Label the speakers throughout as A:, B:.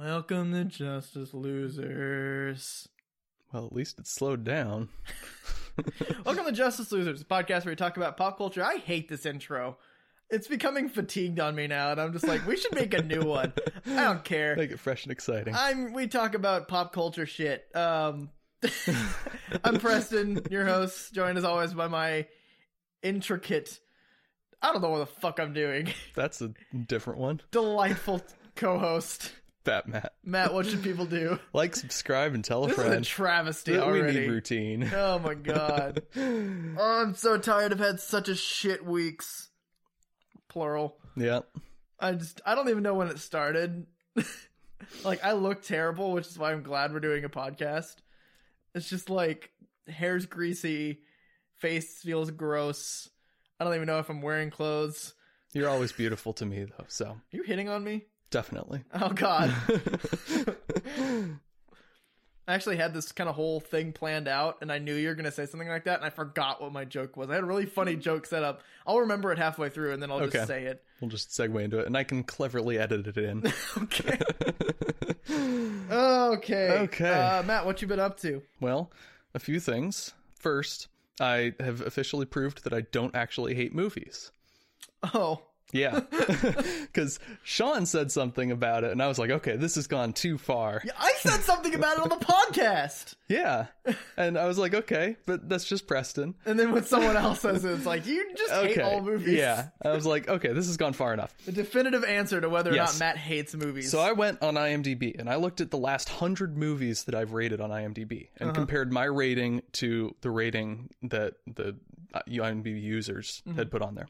A: Welcome to Justice Losers.
B: Well, at least it slowed down.
A: Welcome to Justice Losers, a podcast where we talk about pop culture. I hate this intro. It's becoming fatigued on me now, and I'm just like, we should make a new one. I don't care.
B: Make it fresh and exciting.
A: I'm we talk about pop culture shit. Um I'm Preston, your host, joined as always by my intricate I don't know what the fuck I'm doing.
B: That's a different one.
A: Delightful co-host.
B: Fat Matt.
A: Matt, what should people do?
B: Like, subscribe, and tell a
A: This is a
B: friend.
A: travesty
B: We
A: already.
B: need routine.
A: Oh my god. Oh, I'm so tired. I've had such a shit weeks. Plural.
B: yeah.
A: I just I don't even know when it started. like I look terrible, which is why I'm glad we're doing a podcast. It's just like hair's greasy, face feels gross. I don't even know if I'm wearing clothes.
B: You're always beautiful to me, though, so
A: Are you hitting on me?
B: definitely.
A: Oh god. I actually had this kind of whole thing planned out, and I knew you were going to say something like that, and I forgot what my joke was. I had a really funny joke set up. I'll remember it halfway through, and then I'll
B: Okay.
A: just say it.
B: we'll just segue into it, and I can cleverly edit it in.
A: Okay. okay.
B: Okay.
A: Uh, Matt, what you been up to?
B: well, a few things. First, I have officially proved that I don't actually hate movies.
A: Oh,
B: Yeah. Because Sean said something about it, and I was like, okay, this has gone too far.
A: yeah, I said something about it on the podcast,
B: Yeah. And I was like, okay, but that's just Preston.
A: and then when someone else says it, it's like you just
B: Okay.
A: hate all movies.
B: Yeah. I was like, okay, this has gone far enough.
A: The definitive answer to whether or
B: Yes.
A: not Matt hates movies.
B: So I went on IMDb and I looked at the last hundred movies that I've rated on IMDb and
A: Uh-huh.
B: compared my rating to the rating that the uh, IMDb users
A: Mm-hmm.
B: had put on there.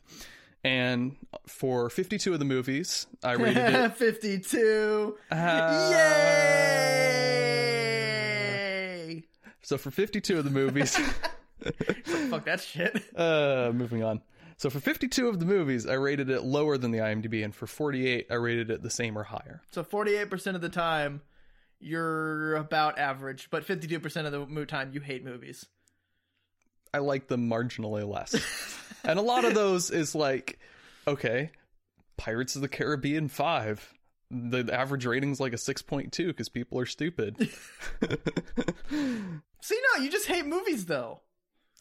B: And for 52 of the movies, I rated it.
A: 52.
B: Uh,
A: Yay!
B: So for 52 of the movies.
A: Fuck that shit.
B: Uh, moving on. So for 52 of the movies, I rated it lower than the IMDb, and for 48, I rated it the same or higher.
A: So 48% of the time, you're about average, but 52% of the mo- time, you hate movies.
B: I like them marginally less. and a lot of those is like, okay, Pirates of the Caribbean 5. The average rating's like a 6.2 because people are stupid.
A: See, no, you just hate movies, though.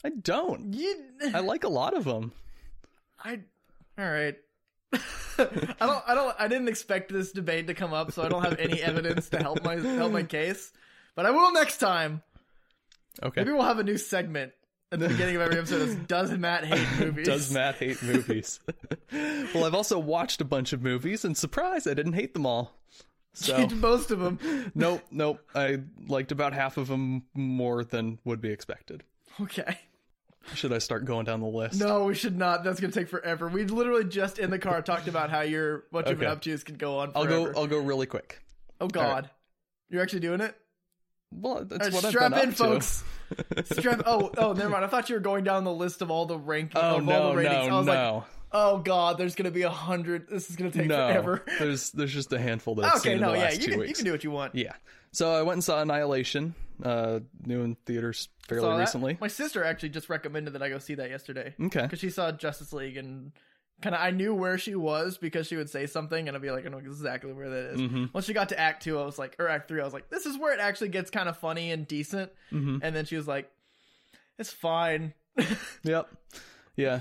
B: I don't.
A: You,
B: I like a lot of them.
A: I, all right. I don't, I don't, I didn't expect this debate to come up, so I don't have any evidence to help my help my case. But I will next time.
B: Okay.
A: Maybe we'll have a new segment at the beginning of every episode. That's, Does Matt hate movies?
B: Does Matt hate movies? well, I've also watched a bunch of movies, and surprise, I didn't hate them all. So.
A: most of them.
B: nope, nope. I liked about half of them more than would be expected.
A: Okay.
B: Should I start going down the list?
A: No, we should not. That's gonna take forever. We literally just in the car talked about how your what you've been
B: Okay.
A: up to is could go on
B: I'll
A: forever.
B: go. I'll go really quick.
A: oh God, you're actually doing it.
B: Well, that's
A: All right,
B: what I've
A: Uh, strap
B: been
A: in,
B: up to.
A: folks. strap. Oh, oh, never mind. I thought you were going down the list of all the rank.
B: Oh
A: of all
B: no,
A: the ratings. I
B: no,
A: was like,
B: no,
A: oh God, there's gonna be a hundred. This is gonna take
B: no.
A: forever.
B: There's there's just a handful that's
A: okay,
B: in
A: no,
B: the
A: yeah, you
B: last two
A: can, you
B: weeks.
A: can do what you want.
B: yeah. So I went and saw Annihilation, uh, new in theaters fairly
A: Saw that?
B: recently. Mm,
A: my sister actually just recommended that I go see that yesterday.
B: Okay.
A: because she saw Justice League and kind of I knew where she was because she would say something and I'd be like, I know exactly where that is.
B: Mhm.
A: Once she got to Act Two, I was like, or Act Three, I was like, this is where it actually gets kind of funny and decent.
B: Mm-hmm.
A: And then she was like, it's fine.
B: Yep. Yeah.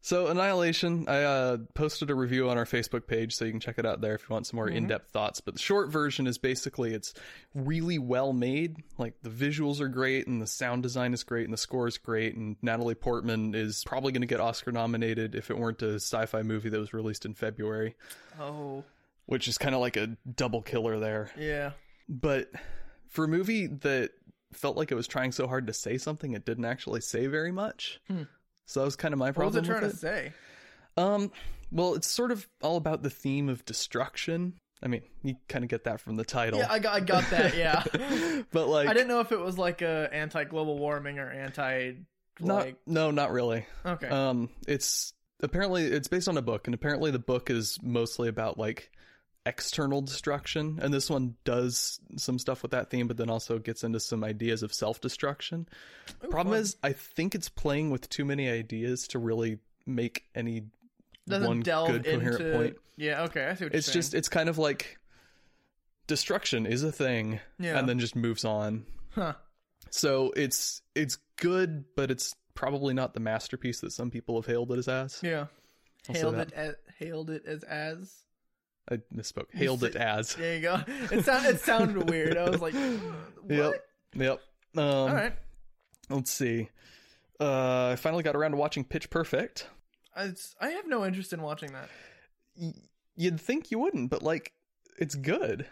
B: So Annihilation, I uh, posted a review on our Facebook page, so you can check it out there if you want some more in-depth thoughts. But the short version is basically it's really well made. Like the visuals are great, and the sound design is great, and the score is great. And Natalie Portman is probably going to get Oscar nominated if it weren't a sci-fi movie that was released in February,
A: Oh
B: which is kind of like a double killer there.
A: yeah,
B: But for a movie that felt like it was trying so hard to say something, it didn't actually say very much.
A: Hmm.
B: So that was kind of my
A: what was
B: problem.
A: it trying
B: with
A: to say?
B: um, well, it's sort of all about the theme of destruction. I mean, you kind of get that from the title.
A: Yeah, I got, I got that. Yeah,
B: but like,
A: I didn't know if it was like a anti global warming or anti
B: not
A: like
B: no, not really.
A: okay.
B: Um, it's apparently it's based on a book, and apparently the book is mostly about like external destruction, and this one does some stuff with that theme, but then also gets into some ideas of self destruction.
A: Ooh,
B: Problem
A: fun.
B: is, I think it's playing with too many ideas to really make any
A: doesn't
B: one
A: delve
B: good coherent
A: into
B: point.
A: yeah. Okay, I see what you're
B: it's
A: saying.
B: just it's kind of like destruction is a thing
A: Yeah.
B: and then just moves on.
A: Huh.
B: So it's it's good, but it's probably not the masterpiece that some people have hailed it as.
A: Yeah.
B: I'll say
A: Hailed
B: that.
A: it as hailed it as as.
B: I misspoke. Hailed it as.
A: There you go. It sound it sounded weird. I was like, what?
B: Yep. Yep. Um,
A: All right.
B: Let's see. Uh, I finally got around to watching Pitch Perfect.
A: I, I have no interest in watching that.
B: Y- you'd think you wouldn't, but like, it's good.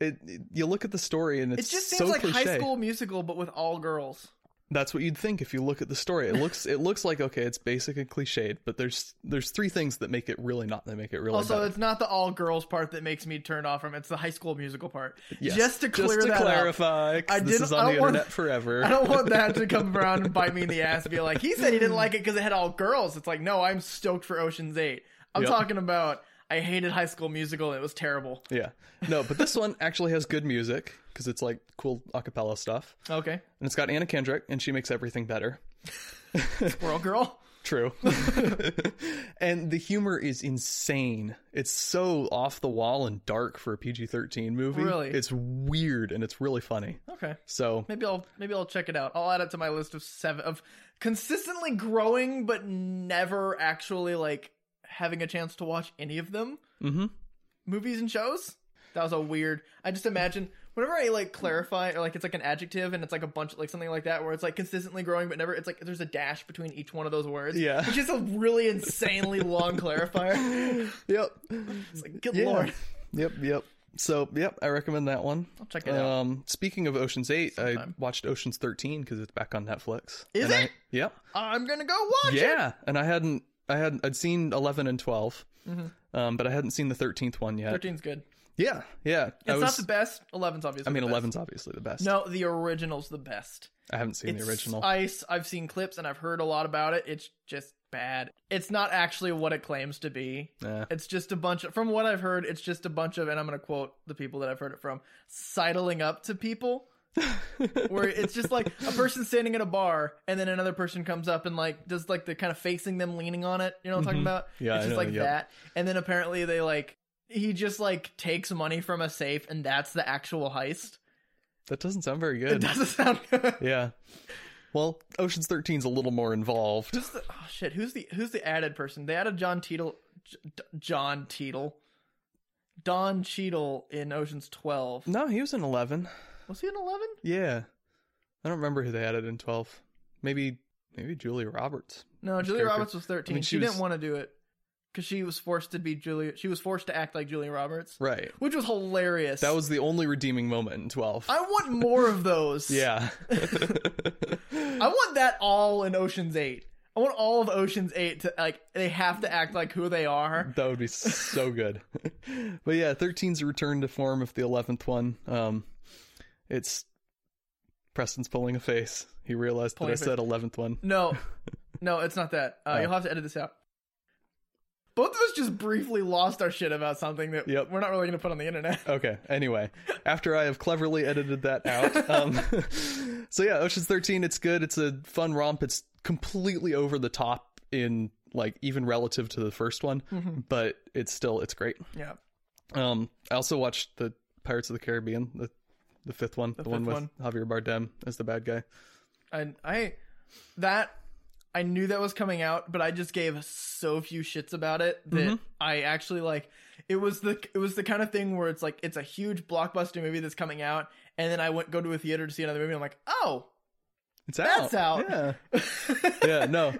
B: It, it- you look at the story and it's
A: it just seems
B: so
A: like
B: cliche.
A: High School Musical, but with all girls.
B: That's what you'd think if you look at the story. It looks it looks like okay, it's basic and cliched, but there's there's three things that make it really not that make it really.
A: also,
B: better.
A: it's not the all girls part that makes me turned off from. it. It's the High School Musical part.
B: Yes.
A: Just to clear
B: just to
A: that up.
B: clarify, 'cause
A: I
B: this
A: didn't-
B: is
A: I
B: on the
A: don't want-
B: internet forever.
A: I don't want that to come around and bite me in the ass and be like, he said he didn't like it because it had all girls. It's like, no, I'm stoked for Ocean's Eight. I'm
B: Yep.
A: talking about I hated High School Musical. and It was terrible.
B: Yeah, no, but this one actually has good music because it's like cool a cappella stuff,
A: Okay,
B: and it's got Anna Kendrick, and she makes everything better.
A: Squirrel Girl.
B: True. and the humor is insane. It's so off the wall and dark for a PG 13 movie.
A: Really?
B: It's weird and it's really funny.
A: Okay,
B: So,
A: maybe I'll maybe I'll check it out. I'll add it to my list of seven of consistently growing but never actually like having a chance to watch any of them.
B: hmm
A: movies and shows. That was a weird. I just imagine whenever I like clarify or like it's like an adjective and it's like a bunch like something like that where it's like consistently growing but never. It's like there's a dash between each one of those words.
B: Yeah.
A: which is a really insanely long clarifier.
B: yep.
A: It's like good
B: Yeah.
A: lord.
B: Yep, yep. So, yep, I recommend that one.
A: I'll check it out.
B: Um, speaking of Ocean's 8,
A: Sometime.
B: I watched Ocean's 13 because it's back on Netflix.
A: Is
B: And I-
A: it?
B: yep.
A: I'm gonna go watch it.
B: Yeah. And I hadn't, I had, I'd seen 11 and 12,
A: Mm-hmm.
B: um, but I hadn't seen the 13th one yet.
A: Thirteen's good.
B: Yeah, yeah. I
A: It's
B: was,
A: not the best. Eleven's obviously.
B: I mean,
A: the best.
B: 11's obviously the best.
A: No, the original's the best.
B: I haven't seen the
A: It's-
B: original.
A: I, have seen clips and I've heard a lot about it. It's just bad. It's not actually what it claims to be.
B: Yeah.
A: It's just a bunch of, from what I've heard, it's just a bunch of, and I'm going to quote the people that I've heard it from, sidling up to people. where it's just like a person standing at a bar and then another person comes up and like does like the kind of facing them leaning on it you know what i'm talking about
B: Mm-hmm. Yeah,
A: it's
B: I
A: just
B: know,
A: like
B: yep.
A: that and then apparently they like he just like takes money from a safe and that's the actual heist
B: That doesn't sound very
A: it
B: good.
A: doesn't sound good
B: Yeah. Well, Ocean's 13's a little more involved.
A: Who's the oh shit? Who's the who's the added person? They added John Teetle, J- D- John Teetle, Don Cheadle in Ocean's Twelve.
B: No, he was in 11.
A: Was he in Eleven?
B: Yeah. I don't remember who they added in 12. Maybe maybe Julia Roberts.
A: No, Julia
B: character.
A: Roberts was thirteen.
B: I mean,
A: she
B: she was-
A: didn't want to do it because she was forced to be Julia. She was forced to act like Julia Roberts,
B: Right.
A: which was hilarious.
B: That was the only redeeming moment in 12.
A: I want more of those.
B: yeah.
A: I want that all in Ocean's Eight. I want all of Ocean's Eight to like they have to act like who they are.
B: that would be so good. but yeah, 13's a return to form of the 11th one. Um it's Preston's pulling a face. He realized
A: Pulling a
B: that I said 11th one.
A: No, no, it's not that. Uh,
B: Oh.
A: You'll have to edit this out. Both of us just briefly lost our shit about something that
B: Yep.
A: we're not really going to put on the internet.
B: Okay. Anyway, after I have cleverly edited that out, um, so yeah, Ocean's Thirteen. It's good. It's a fun romp. It's completely over the top in like even relative to the first one,
A: Mm-hmm.
B: but it's still it's great.
A: Yeah,
B: Um, I also watched the Pirates of the Caribbean, the the fifth one, the, one
A: fifth
B: with
A: one.
B: Javier Bardem as the bad guy.
A: and I that I knew that was coming out, but I just gave so few shits about it that
B: Mm-hmm.
A: I actually like. It was the it was the kind of thing where it's like it's a huge blockbuster movie that's coming out, and then I went go to a theater to see another movie. And I'm like, oh,
B: It's out.
A: That's out.
B: Yeah. yeah, no.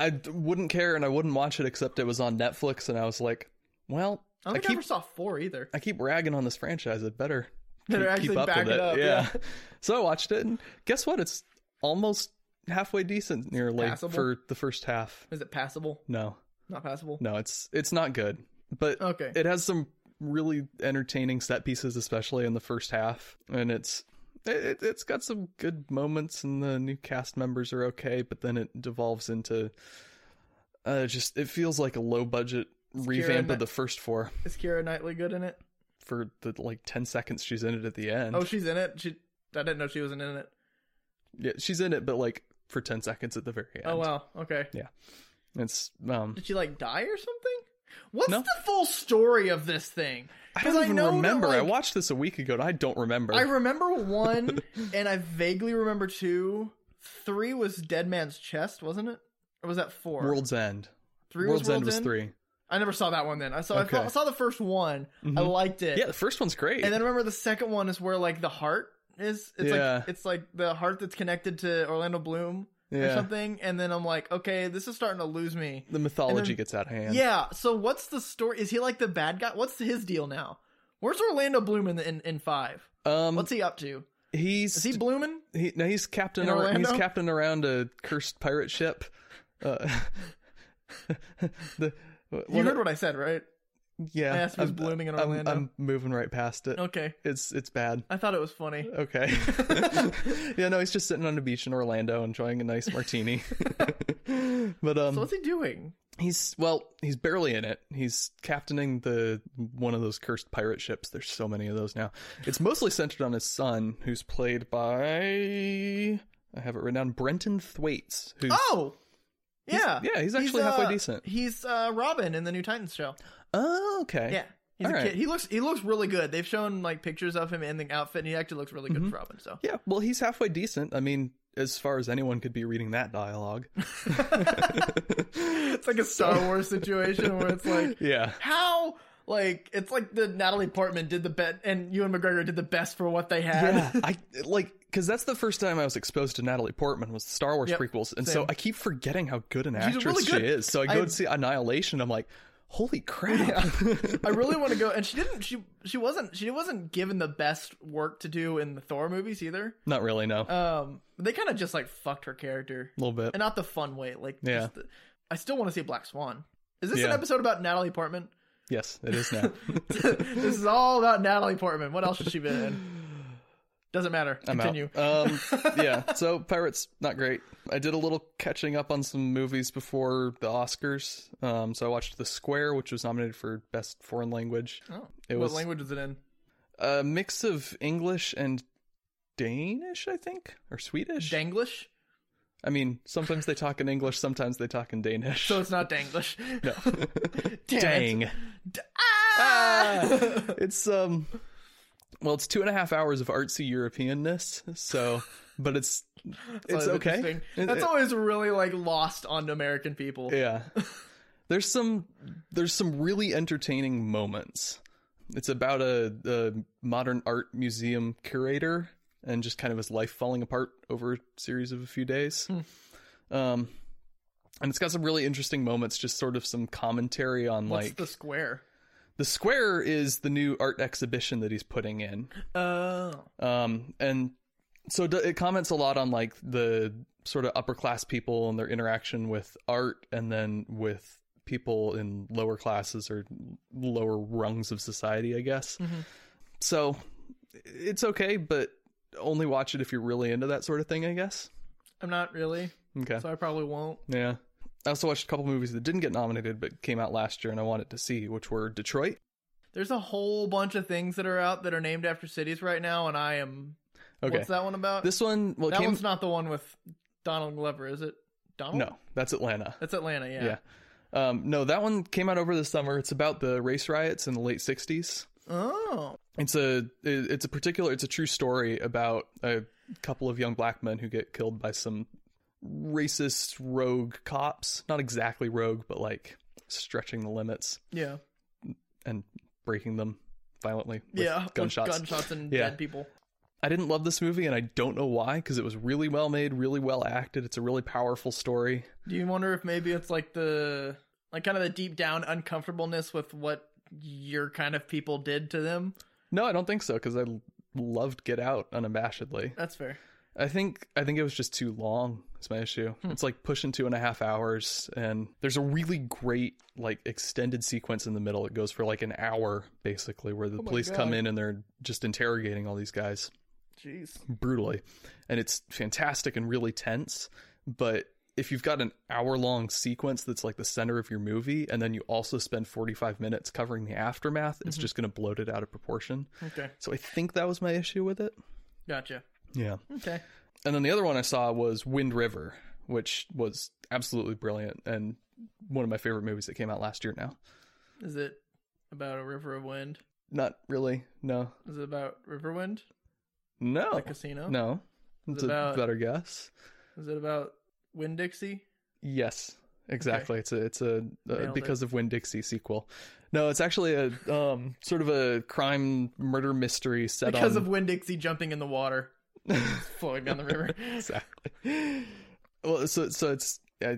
B: I d- wouldn't care and I wouldn't watch it except it was on Netflix and I was like, well,
A: I don't
B: I
A: think I
B: keep
A: ever saw four either.
B: I keep ragging on this franchise. It better
A: Better
B: keep,
A: actually
B: keep up
A: back
B: with
A: it
B: it.
A: up,
B: yeah.
A: yeah.
B: So I watched it, and guess what? It's almost halfway decent, nearly
A: Passable?
B: for the first half.
A: Is it passable?
B: No,
A: Not passable.
B: no, it's it's not good, but
A: Okay.
B: it has some really entertaining set pieces, especially in the first half, and it's. It, it's got some good moments, and the new cast members are okay, but then it devolves into uh, just it feels like a low budget revamp
A: Knight-
B: of the first four
A: Is Kira Knightley good in it?
B: for the like 10 seconds she's in it at the end.
A: Oh, she's in it. She I didn't know she wasn't in it.
B: Yeah, she's in it, but like for 10 seconds at the very end.
A: Oh wow. Okay.
B: It's, um,
A: Did she like die or something? What's
B: No.
A: the full story of this thing?
B: I
A: 'Cause
B: don't
A: I
B: even
A: know that,
B: remember. I
A: like-
B: watched this a week ago and I don't remember.
A: I remember one, and I vaguely remember two. Three was Dead Man's Chest, wasn't it? Or was that four?
B: World's End.
A: three
B: World's,
A: was
B: End
A: World's
B: was
A: End?
B: three.
A: I never saw that one. Then I saw I,
B: Okay.
A: saw, I saw the first one. I
B: Mhm.
A: liked it.
B: Yeah, the first one's great.
A: And then remember the second one is where like the heart is. It's
B: Yeah.
A: like it's like the heart that's connected to Orlando Bloom or
B: yeah,
A: something. And then I'm like, okay, this is starting to lose me.
B: the mythology
A: and then-
B: gets out of hand.
A: Yeah. So what's the story? Is he like the bad guy? What's his deal now? Where's Orlando Bloom in the, in, in five?
B: um,
A: What's he up to?
B: he's
A: Is he blooming?
B: He no, he's captain.
A: In
B: Ar- he's
A: Orlando?
B: captain around a cursed pirate ship. Uh, the
A: You heard what I said, right?
B: yeah,
A: I asked if he was
B: I'm-
A: blooming in
B: I'm-
A: Orlando.
B: I'm, moving right past it.
A: Okay.
B: It's it's bad.
A: I thought it was funny.
B: Okay. yeah, no, he's just sitting on a beach in Orlando enjoying a nice martini. but um,
A: So what's he doing?
B: he's well, he's barely in it. He's captaining the one of those cursed pirate ships. There's so many of those now. It's mostly centered on his son, who's played by I have it written down Brenton Thwaites, who's
A: Oh, yeah,
B: yeah, he's actually halfway
A: uh,
B: decent.
A: He's uh, Robin in the new Titans show.
B: Oh, okay.
A: Yeah, he's
B: All
A: a
B: right.
A: kid. He looks he looks really good. They've shown like pictures of him in the outfit, and he actually looks really good for Robin. So
B: Yeah, well, he's halfway decent. I mean, as far as anyone could be reading that dialogue.
A: it's like a Star Wars situation where it's like
B: yeah.
A: how like it's like the Natalie Portman did the bet, and Ewan McGregor did the best for what they had.
B: Yeah. I like cuz that's the first time I was exposed to Natalie Portman was the Star Wars
A: Yep,
B: prequels. And so
A: same.
B: I keep forgetting how good an
A: She's
B: actress
A: really good.
B: she is. So I go
A: I-
B: to see Annihilation I'm like, "Holy crap."
A: I really want to go, and she didn't. She she wasn't she wasn't given the best work to do in the Thor movies either.
B: Not really, no. A
A: Um, they kind of just like fucked her character,
B: little bit.
A: and not the fun way. Like,
B: Yeah.
A: just the, I still want to see Black Swan. Is this an
B: Yeah.
A: episode about Natalie Portman?
B: Yes, it is now.
A: this is all about Natalie Portman. What else has she been in? Doesn't matter.
B: I'm
A: Continue.
B: out. Um, yeah. So Pirates not great. I did a little catching up on some movies before the Oscars. Um, so I watched The Square, which was nominated for Best Foreign Language.
A: Oh,
B: It
A: what
B: was
A: language is it in?
B: a mix of English and Danish, I think, or Swedish.
A: Danglish.
B: I mean, sometimes they talk in English, sometimes they talk in Danish.
A: So it's not Danglish.
B: no.
A: Damn it.
B: Dang.
A: D- ah!
B: it's um well it's two and a half hours of artsy europeanness so but it's it's
A: That's
B: okay
A: interesting. That's
B: It-
A: always really like lost on American people.
B: Yeah. There's some there's some really entertaining moments. It's about a, a modern art museum curator and just kind of his life falling apart over a series of a few days.
A: Hmm.
B: Um and it's got some really interesting moments, just sort of some commentary on
A: What's
B: like
A: the square?
B: the square is the new art exhibition that he's putting in
A: Oh,
B: um and so d- it comments a lot on like the sort of upper class people and their interaction with art and then with people in lower classes or lower rungs of society i guess
A: Mhm.
B: so it's okay but only watch it if you're really into that sort of thing i guess
A: I'm not really,
B: okay
A: so I probably won't.
B: yeah i also watched a couple movies that didn't get nominated but came out last year and i wanted to see which were detroit
A: There's a whole bunch of things that are out that are named after cities right now, and I am.
B: okay
A: What's that one about?
B: this one well it
A: that
B: came
A: one's not the one with Donald Glover, is it? Donald?
B: no that's atlanta
A: That's Atlanta, yeah.
B: Yeah. Um, no, that one came out over the summer. It's about the race riots in the late '60s.
A: Oh.
B: It's a it- it's a particular it's a true story about a couple of young black men who get killed by some racist rogue cops. Not exactly rogue, but like stretching the limits
A: Yeah.
B: and breaking them violently with
A: yeah. with
B: gunshots.
A: gunshots and
B: Yeah.
A: dead people.
B: I didn't love this movie, and I don't know why because it was really well made, really well acted. It's a really powerful story.
A: Do you wonder if maybe it's like the like kind of the deep down uncomfortableness with what your kind of people did to them?
B: No, I don't think so because I l- loved Get Out unabashedly.
A: That's fair.
B: I think I think it was just too long. Is my issue.
A: Hmm.
B: It's like pushing two and a half hours, and there's a really great like extended sequence in the middle. It goes for like an hour basically, where the
A: Oh my
B: police come
A: God.
B: in and they're just interrogating all these guys
A: Jeez.
B: brutally, and it's fantastic and really tense. But if you've got an hour long sequence that's like the center of your movie, and then you also spend 45 minutes covering the aftermath,
A: Mm-hmm.
B: it's just going to bloat it out of proportion.
A: Okay.
B: So I think that was my issue with it.
A: Gotcha.
B: Yeah.
A: Okay.
B: And then the other one I saw was Wind River, which was absolutely brilliant and one of my favorite movies that came out last year now.
A: Is it about a river of wind?
B: Not really. No.
A: Is it about Riverwind?
B: No.
A: The casino?
B: Oh. No.
A: It's
B: It's a
A: about-
B: better guess.
A: Is it about Winn Dixie?
B: Yes, exactly. It's a it's a uh,
A: Nailed
B: because of Win Dixie sequel. No, it's actually a um sort of a crime murder mystery set
A: Because
B: on
A: of Winn Dixie jumping in the water, flowing down the river.
B: exactly. Well, so so it's uh,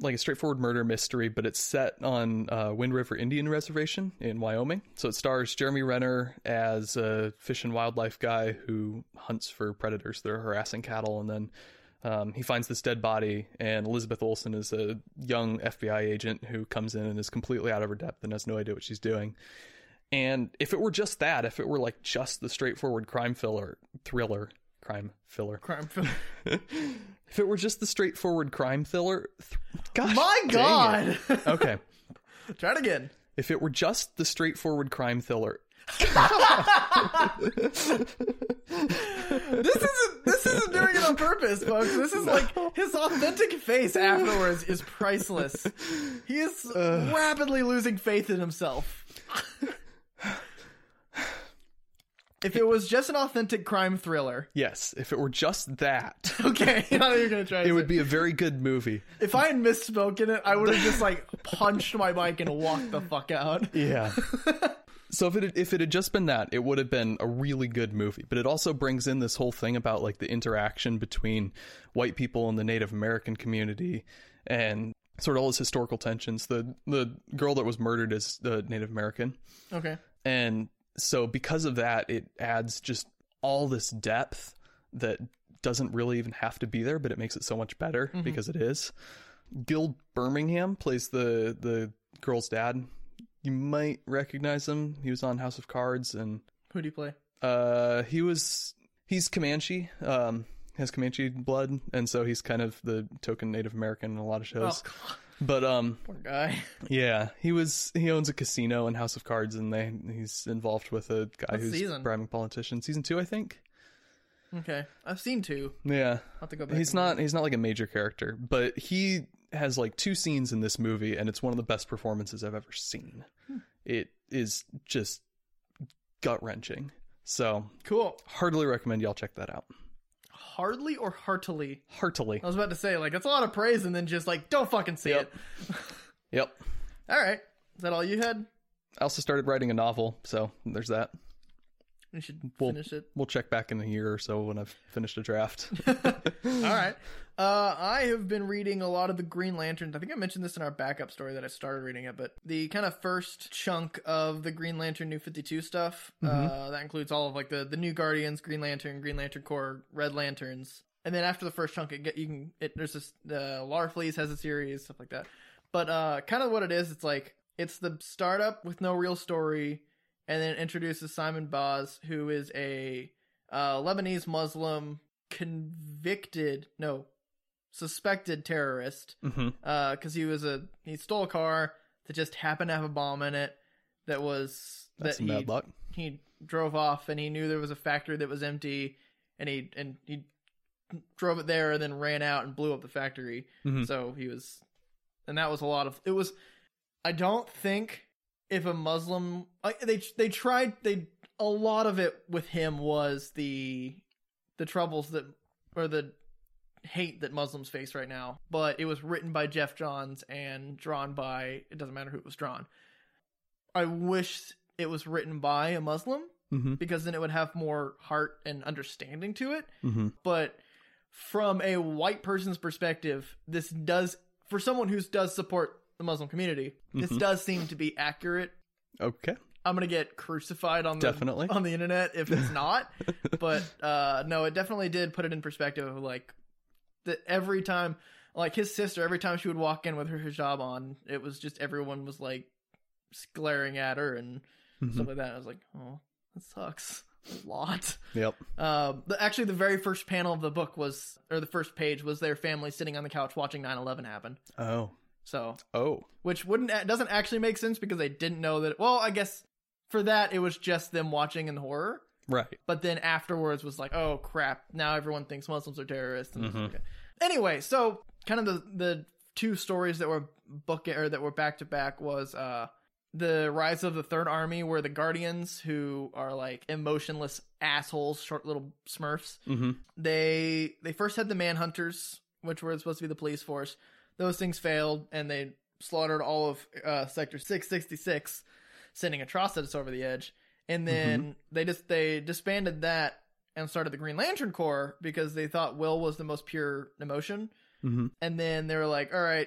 B: like a straightforward murder mystery, but it's set on uh, Wind River Indian Reservation in Wyoming. So it stars Jeremy Renner as a fish and wildlife guy who hunts for predators that are harassing cattle, and then um, he finds this dead body. And Elizabeth Olsen is a young FBI agent who comes in and is completely out of her depth and has no idea what she's doing. And if it were just that, if it were like just the straightforward crime filler thriller, crime filler,
A: Crime film.
B: if it were just the straightforward crime thriller, th- gosh,
A: My
B: dang it.
A: God!
B: Okay,
A: Try it again.
B: if it were just the straightforward crime thriller,
A: This isn't. This isn't doing it on purpose, folks. This is like his authentic face afterwards is priceless. He is rapidly losing faith in himself. if it was just an authentic crime thriller,
B: yes, if it were just that,
A: okay, now you're gonna try.
B: it would be a very good movie.
A: If I had misspoken it, I would have just like punched my mic and walked the fuck out.
B: Yeah. so if it if it had just been that, it would have been a really good movie. But it also brings in this whole thing about like the interaction between white people and the Native American community, and sort of all those historical tensions. The the girl that was murdered is the Native American,
A: Okay.
B: and so because of that, it adds just all this depth that doesn't really even have to be there, but it makes it so much better because it is. Gil Birmingham plays the the girl's dad. You might recognize him. He was on House of Cards, and
A: Who do you play?
B: uh, he was he's Comanche. Um, has Comanche blood, and so he's kind of the token Native American in a lot of shows.
A: Oh,
B: But um,
A: poor guy.
B: yeah, he was. He owns a casino and House of Cards, and they he's involved with a guy
A: What
B: who's
A: season?
B: bribing politicians. Season two, I think.
A: Okay, I've seen two.
B: Yeah,
A: I'll have to go back.
B: he's
A: and-
B: not. He's not like a major character, but he has like two scenes in this movie, and it's one of the best performances I've ever seen.
A: Hmm.
B: It is just gut wrenching. So,
A: cool.
B: heartily recommend y'all check that out.
A: Hardly or heartily.
B: Heartily.
A: I was about to say like that's a lot of praise, and then just like don't fucking see
B: Yep.
A: it.
B: Yep.
A: All right, is that all you had?
B: I also started writing a novel, so there's that.
A: We should
B: Well-
A: finish it.
B: We'll check back in a year or so when I've finished a draft.
A: all right. Uh, I have been reading a lot of the Green Lanterns. I think I mentioned this in our backup story that I started reading it, but the kind of first chunk of the Green Lantern New 52 stuff, uh, that includes all of like the, the New Guardians, Green Lantern, Green Lantern Corps, Red Lanterns. And then after the first chunk, it get, you can, it, there's this, uh, Larfleeze has a series, stuff like that. But, uh, kind of what it is, it's like, it's the startup with no real story, and then it introduces Simon Boz, who is a, uh, Lebanese Muslim convicted, no, suspected terrorist,
B: hmm
A: because he was a he stole a car that just happened to have a bomb in it that was that
B: That's some
A: he
B: bad luck.
A: he drove off and he knew there was a factory that was empty and he and he drove it there and then ran out and blew up the factory.
B: Mhm.
A: So he was and that was a lot of it was I don't think if a Muslim I, they they tried they a lot of it with him was the the troubles that or the hate that Muslims face right now, but it was written by Jeff Johns and drawn by it doesn't matter who it was drawn. I wish it was written by a Muslim
B: hmm
A: because then it would have more heart and understanding to it.
B: hmm
A: But from a white person's perspective, this does for someone who does support the Muslim community, this
B: Mhm.
A: does seem to be accurate.
B: Okay.
A: I'm gonna get crucified on the
B: Definitely.
A: on the internet if it's not. but uh, no, it definitely did put it in perspective. of, Like that every time, like his sister, every time she would walk in with her hijab on, it was just everyone was like glaring at her and
B: Mhm.
A: stuff like that. I was like, oh, that sucks a lot.
B: Yep.
A: Um, the, actually, the very first panel of the book was, or the first page was their family sitting on the couch watching 9-11 happen.
B: Oh.
A: So,
B: Oh.
A: which wouldn't a- doesn't actually make sense because they didn't know that. Well, I guess for that it was just them watching in horror.
B: Right.
A: But then afterwards was like, oh crap! Now everyone thinks Muslims are terrorists. And it's
B: Mhm.
A: okay. Anyway, so kind of the the two stories that were book or that were back to back was uh the rise of the third army where the guardians who are like emotionless assholes short little smurfs
B: hmm
A: they they first had the manhunters which were supposed to be the police force those things failed and they slaughtered all of uh, sector 666 sending atrocitus over the edge and then they just they disbanded that and started the green lantern corps because they thought will was the most pure emotion
B: hmm
A: and then they were like, all right,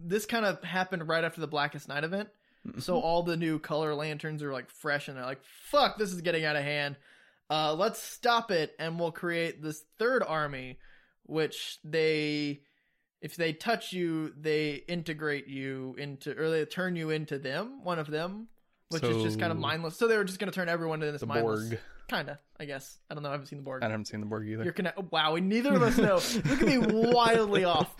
A: this kind of happened right after the Blackest Night event. So all the new color lanterns are like fresh and they're like, fuck, this is getting out of hand. Uh, let's stop it and we'll create this third army, which they, if they touch you, they integrate you into, or they turn you into them, one of them, which is just kind of
B: So-
A: mindless. So they were just going to turn everyone into this
B: The
A: mindless.
B: Borg.
A: Kind of, I guess. I don't know. I haven't seen the Borg.
B: I haven't seen the Borg either.
A: You're connect. Wow, we neither of us know. Look at me wildly off.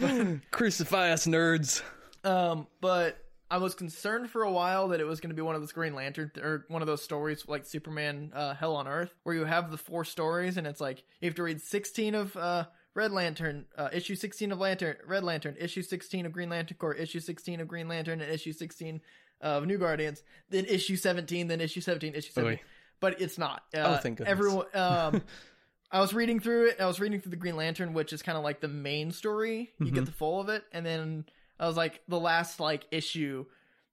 B: Crucify us, nerds.
A: Um, but I was concerned for a while that it was going to be one of those Green Lantern or one of those stories like Superman uh, Hell on Earth, where you have the four stories and it's like you have to read 16 of uh, Red Lantern, uh, issue 16 of Lantern, Red Lantern, issue 16 of Green Lantern Corps, issue 16 of Green Lantern, and issue 16 of New Guardians, then issue 17, then issue 17, issue 17.
B: Oy.
A: But it's not. Uh,
B: Oh, thank goodness.
A: Everyone. Um, I was reading through it. I was reading through the Green Lantern, which is kind of like the main story. You get
B: Mhm.
A: the full of it, and then I was like, the last like issue.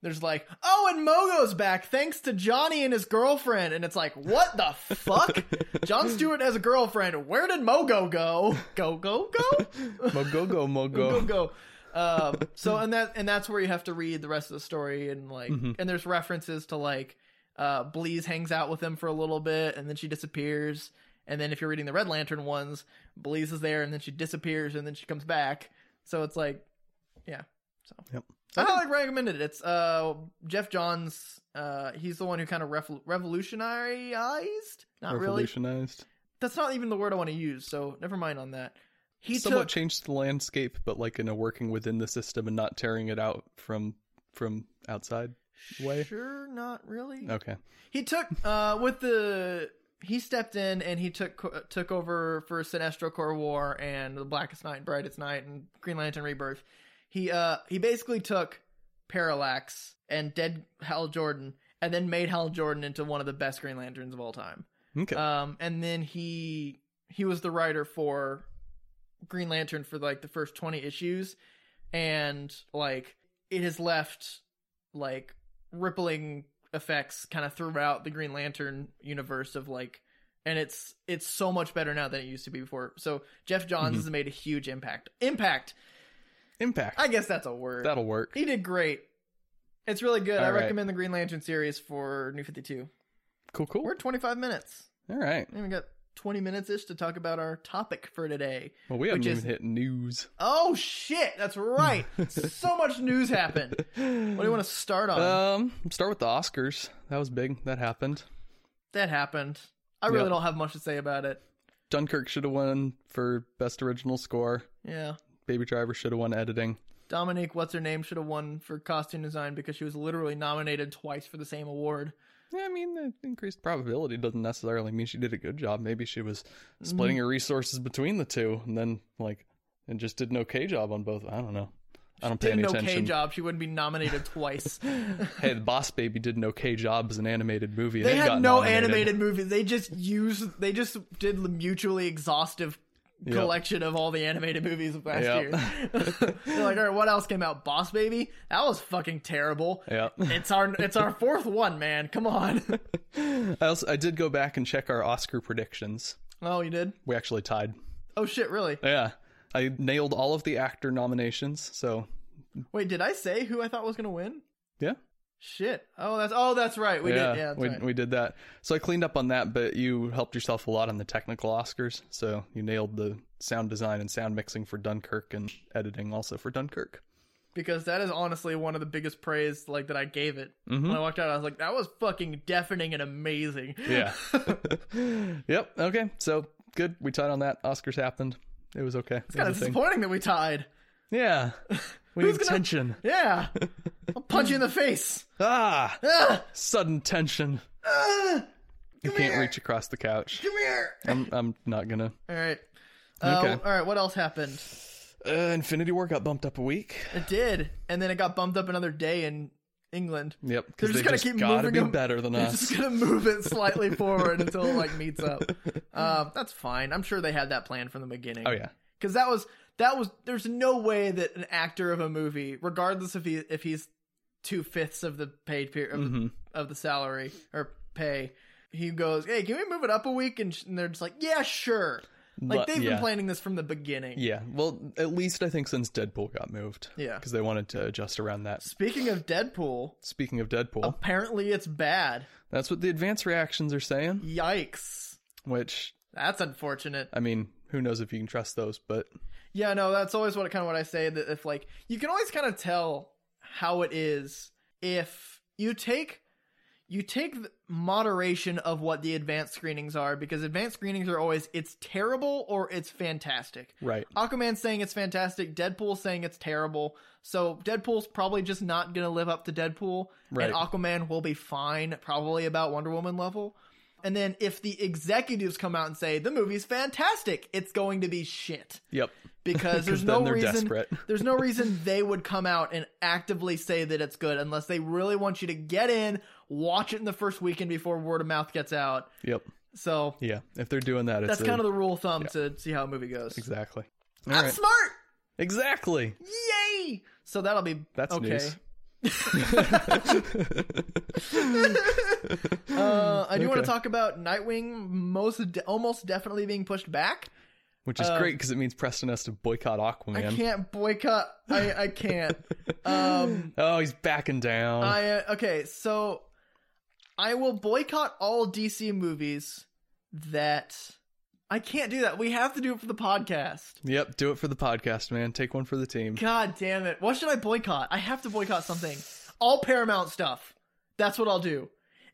A: There's like, oh, and Mogo's back thanks to Johnny and his girlfriend, and it's like, what the fuck? John Stewart has a girlfriend. Where did Mogo go? Go go go
B: Mogogo,
A: go
B: mogo.
A: go. Um, so and that and that's where you have to read the rest of the story and like
B: Mhm.
A: and there's references to like uh Bleeze hangs out with them for a little bit and then she disappears and then if you're reading the Red Lantern ones Bleeze is there and then she disappears and then she comes back so it's like yeah so
B: Yep.
A: I highly recommend it it's uh Jeff Johns uh he's the one who kind of ref- revolutionized not really
B: Revolutionized.
A: that's not even the word I want to use so never mind on that he
B: Somewhat
A: took
B: changed the landscape, but like in a working within the system and not tearing it out from from outside way.
A: Sure, not really.
B: Okay.
A: He took uh with the he stepped in and he took took over for Sinestro Corps War and the Blackest Night, Brightest Night, and Green Lantern Rebirth. He uh he basically took Parallax and dead Hal Jordan and then made Hal Jordan into one of the best Green Lanterns of all time.
B: Okay.
A: Um, and then he he was the writer for Green Lantern for like the first twenty issues, and like it has left like rippling effects kind of throughout the Green Lantern universe of like, and it's it's so much better now than it used to be before. So Jeff
B: Mm-hmm.
A: Johns has made a huge impact. Impact,
B: Impact.
A: I guess that's a word.
B: That'll work.
A: he did great. It's really good. I
B: All right.
A: recommend the Green Lantern series for New Fifty Two.
B: Cool, cool.
A: We're twenty five minutes.
B: All right.
A: We even got 20 minutes ish to talk about our topic for today.
B: Well, we haven't
A: Which
B: even
A: is-
B: hit news.
A: Oh shit, that's right. so much news happened. What do you want to start on?
B: Um, start with the Oscars. That was big. That happened.
A: that happened. I really
B: yeah.
A: don't have much to say about it.
B: Dunkirk should have won for best original score.
A: Yeah.
B: Baby Driver should have won editing.
A: Dominique, what's her name, should have won for costume design because she was literally nominated twice for the same award.
B: Yeah, I mean, the increased probability doesn't necessarily mean she did a good job. Maybe she was
A: Mm-hmm.
B: splitting her resources between the two, and then like, and just did an okay job on both. I don't know. I don't pay
A: Did
B: any
A: an
B: attention.
A: okay job. She wouldn't be nominated twice.
B: Hey, the Boss Baby did an okay job as an animated movie. and
A: they
B: it
A: had
B: got
A: no
B: nominated.
A: animated movies. They just used. They just did the mutually exhaustive
B: Yep.
A: collection of all the animated movies of last
B: Yep.
A: year. They're like, all right, what else came out? Boss Baby. That was fucking terrible.
B: Yeah.
A: It's our it's our fourth one, man. Come on.
B: I also I did go back and check our Oscar predictions.
A: oh, you did.
B: We actually tied.
A: Oh shit, really?
B: Yeah, I nailed all of the actor nominations. So
A: Wait, did I say who I thought was gonna win?
B: yeah,
A: Shit. Oh, that's oh, that's right. We
B: yeah,
A: did. Yeah, that's
B: we
A: right.
B: we did that. So I cleaned up on that, but you helped yourself a lot on the technical Oscars. So you nailed the sound design and sound mixing for Dunkirk and editing also for Dunkirk.
A: because that is honestly one of the biggest praise like that I gave it
B: Mm-hmm.
A: when I walked out. I was like, that was fucking deafening and amazing.
B: Yeah. yep. Okay. So good. We tied on that. Oscars happened. It was okay. It
A: It's kind
B: was
A: of
B: a thing.
A: disappointing that we tied.
B: Yeah. We
A: Who's
B: need
A: gonna-
B: tension.
A: Yeah. I'll punch you in the face.
B: Ah,
A: Ah,
B: sudden tension.
A: ah,
B: You can't reach across the couch.
A: come here.
B: I'm I'm not gonna.
A: All right. Uh,
B: Okay.
A: All right. What else happened?
B: Uh, Infinity War got bumped up a week.
A: It did, and then it got bumped up another day in England.
B: Yep. 'cause
A: They're just
B: they
A: gonna keep
B: gotta
A: moving
B: be
A: them-
B: better than
A: They're
B: us.
A: just gonna move it slightly forward until it like meets up. Um, that's fine. I'm sure they had that plan from the beginning.
B: Oh yeah.
A: because that was that was. There's no way that an actor of a movie, regardless if he if he's two fifths of the paid period of,
B: hmm
A: the, of the salary or pay, he goes, "Hey, can we move it up a week?" And, sh- and they're just like, "Yeah, sure." Like they've
B: yeah.
A: been planning this from the beginning.
B: Yeah. Well, at least I think since Deadpool got moved.
A: Yeah.
B: Because they wanted to adjust around that.
A: Speaking of Deadpool,
B: Speaking of Deadpool,
A: Oh. apparently it's bad.
B: that's what the advanced reactions are saying.
A: Yikes.
B: Which
A: That's unfortunate.
B: I mean, who knows if you can trust those? But
A: Yeah, no, that's always what kind of what I say that if like you can always kind of tell how it is if you take you take the moderation of what the advanced screenings are because advanced screenings are always it's terrible or it's fantastic.
B: right.
A: Aquaman's saying it's fantastic, Deadpool's saying it's terrible. So Deadpool's probably just not going to live up to Deadpool
B: Right.
A: and Aquaman will be fine, probably about Wonder Woman level. And then if the executives come out and say the movie's fantastic, it's going to be shit
B: Yep.
A: because there's
B: then
A: no
B: they're
A: reason
B: desperate.
A: there's no reason they would come out and actively say that it's good unless they really want you to get in, watch it in the first weekend before word of mouth gets out.
B: Yep.
A: So
B: Yeah. If they're doing that, it's
A: that's
B: a-
A: kind of the rule of thumb to see how a movie goes.
B: exactly. All
A: I'm
B: right.
A: smart.
B: Exactly.
A: Yay! So that'll be
B: That's
A: okay.
B: news.
A: Uh, I do want to
B: Okay.
A: talk about Nightwing most de- almost definitely being pushed back.
B: Which is
A: Um,
B: great because it means Preston has to boycott
A: I
B: Aquaman.
A: can't boycott. I I can't. um,
B: Oh, he's backing down.
A: I uh, okay. So I will boycott all DC movies that I can't do. That we have to do it for the podcast.
B: Yep, do it for the podcast, man. Take one for the team.
A: God damn it! What should I boycott? I have to boycott something. All Paramount stuff. That's what I'll do.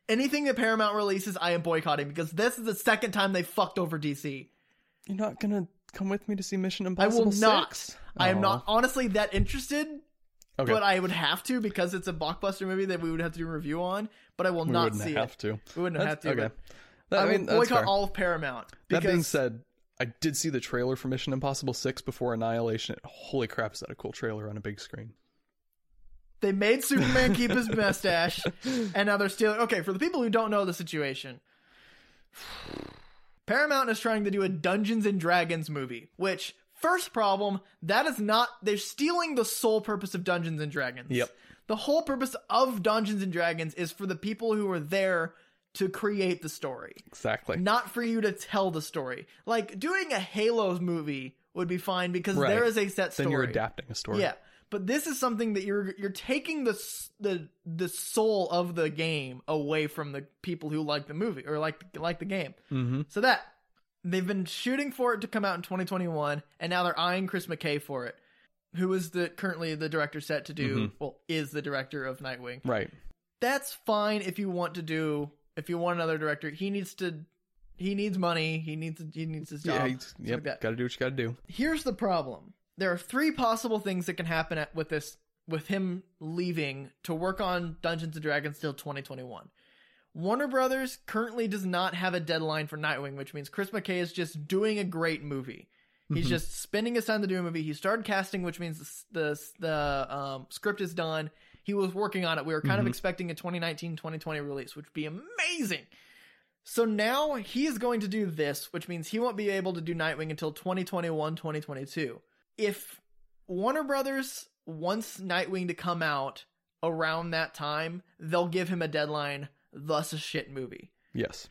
A: Anything that Paramount releases, I am boycotting because this is the second time they fucked over DC.
B: You're not gonna come with me to see Mission
A: I
B: Impossible.
A: will not.
B: 6?
A: I am
B: Aw.
A: not honestly that interested,
B: Oh. Okay.
A: but I would have to because it's a blockbuster movie that we would have to do a review on. But I will
B: we
A: not
B: wouldn't
A: see
B: have
A: it.
B: to.
A: We wouldn't have
B: That's-
A: to.
B: okay.
A: but
B: That-
A: I,
B: I mean,
A: will
B: that's
A: boycott
B: fair.
A: all of Paramount.
B: That
A: Because
B: being said, I did see the trailer for Mission Impossible Six before Annihilation. Holy crap, is that a cool trailer on a big screen?
A: They made Superman keep his mustache, and now they're stealing. Okay, for the people who don't know the situation, Paramount is trying to do a Dungeons and Dragons movie, which, first problem, that is not. They're stealing the sole purpose of Dungeons and Dragons.
B: Yep.
A: The whole purpose of Dungeons and Dragons is for the people who are there to create the story
B: Exactly.
A: not for you to tell the story. Like doing a Halo movie would be fine because
B: Right.
A: there is a set story.
B: Then you're adapting a story.
A: Yeah, but this is something that you're you're taking the s- the the soul of the game away from the people who like the movie or like like the game.
B: Mm-hmm.
A: So that they've been shooting for it to come out in 2021, and now they're eyeing Chris McKay for it, who is the currently the director set to do
B: Mm-hmm.
A: well is the director of Nightwing
B: Right.
A: that's fine if you want to do if you want another director he needs to he needs money he needs he needs his job
B: Yeah. you-
A: like
B: Yep.
A: that.
B: Got to do what you got to do.
A: here's the problem there are three possible things that can happen at, with this with him leaving to work on dungeons and dragons till 2021 warner brothers currently does not have a deadline for nightwing which means chris mckay is just doing a great movie he's
B: Mhm.
A: just spending his time to do a movie he started casting which means the s- the, s- the um, script is done he was working on it we were kind of
B: Mhm.
A: expecting a 2019-2020 release which would be amazing so now he is going to do this, which means he won't be able to do Nightwing until 2021, 2022. If Warner Brothers wants Nightwing to come out around that time, they'll give him a deadline, thus a shit movie.
B: Yes.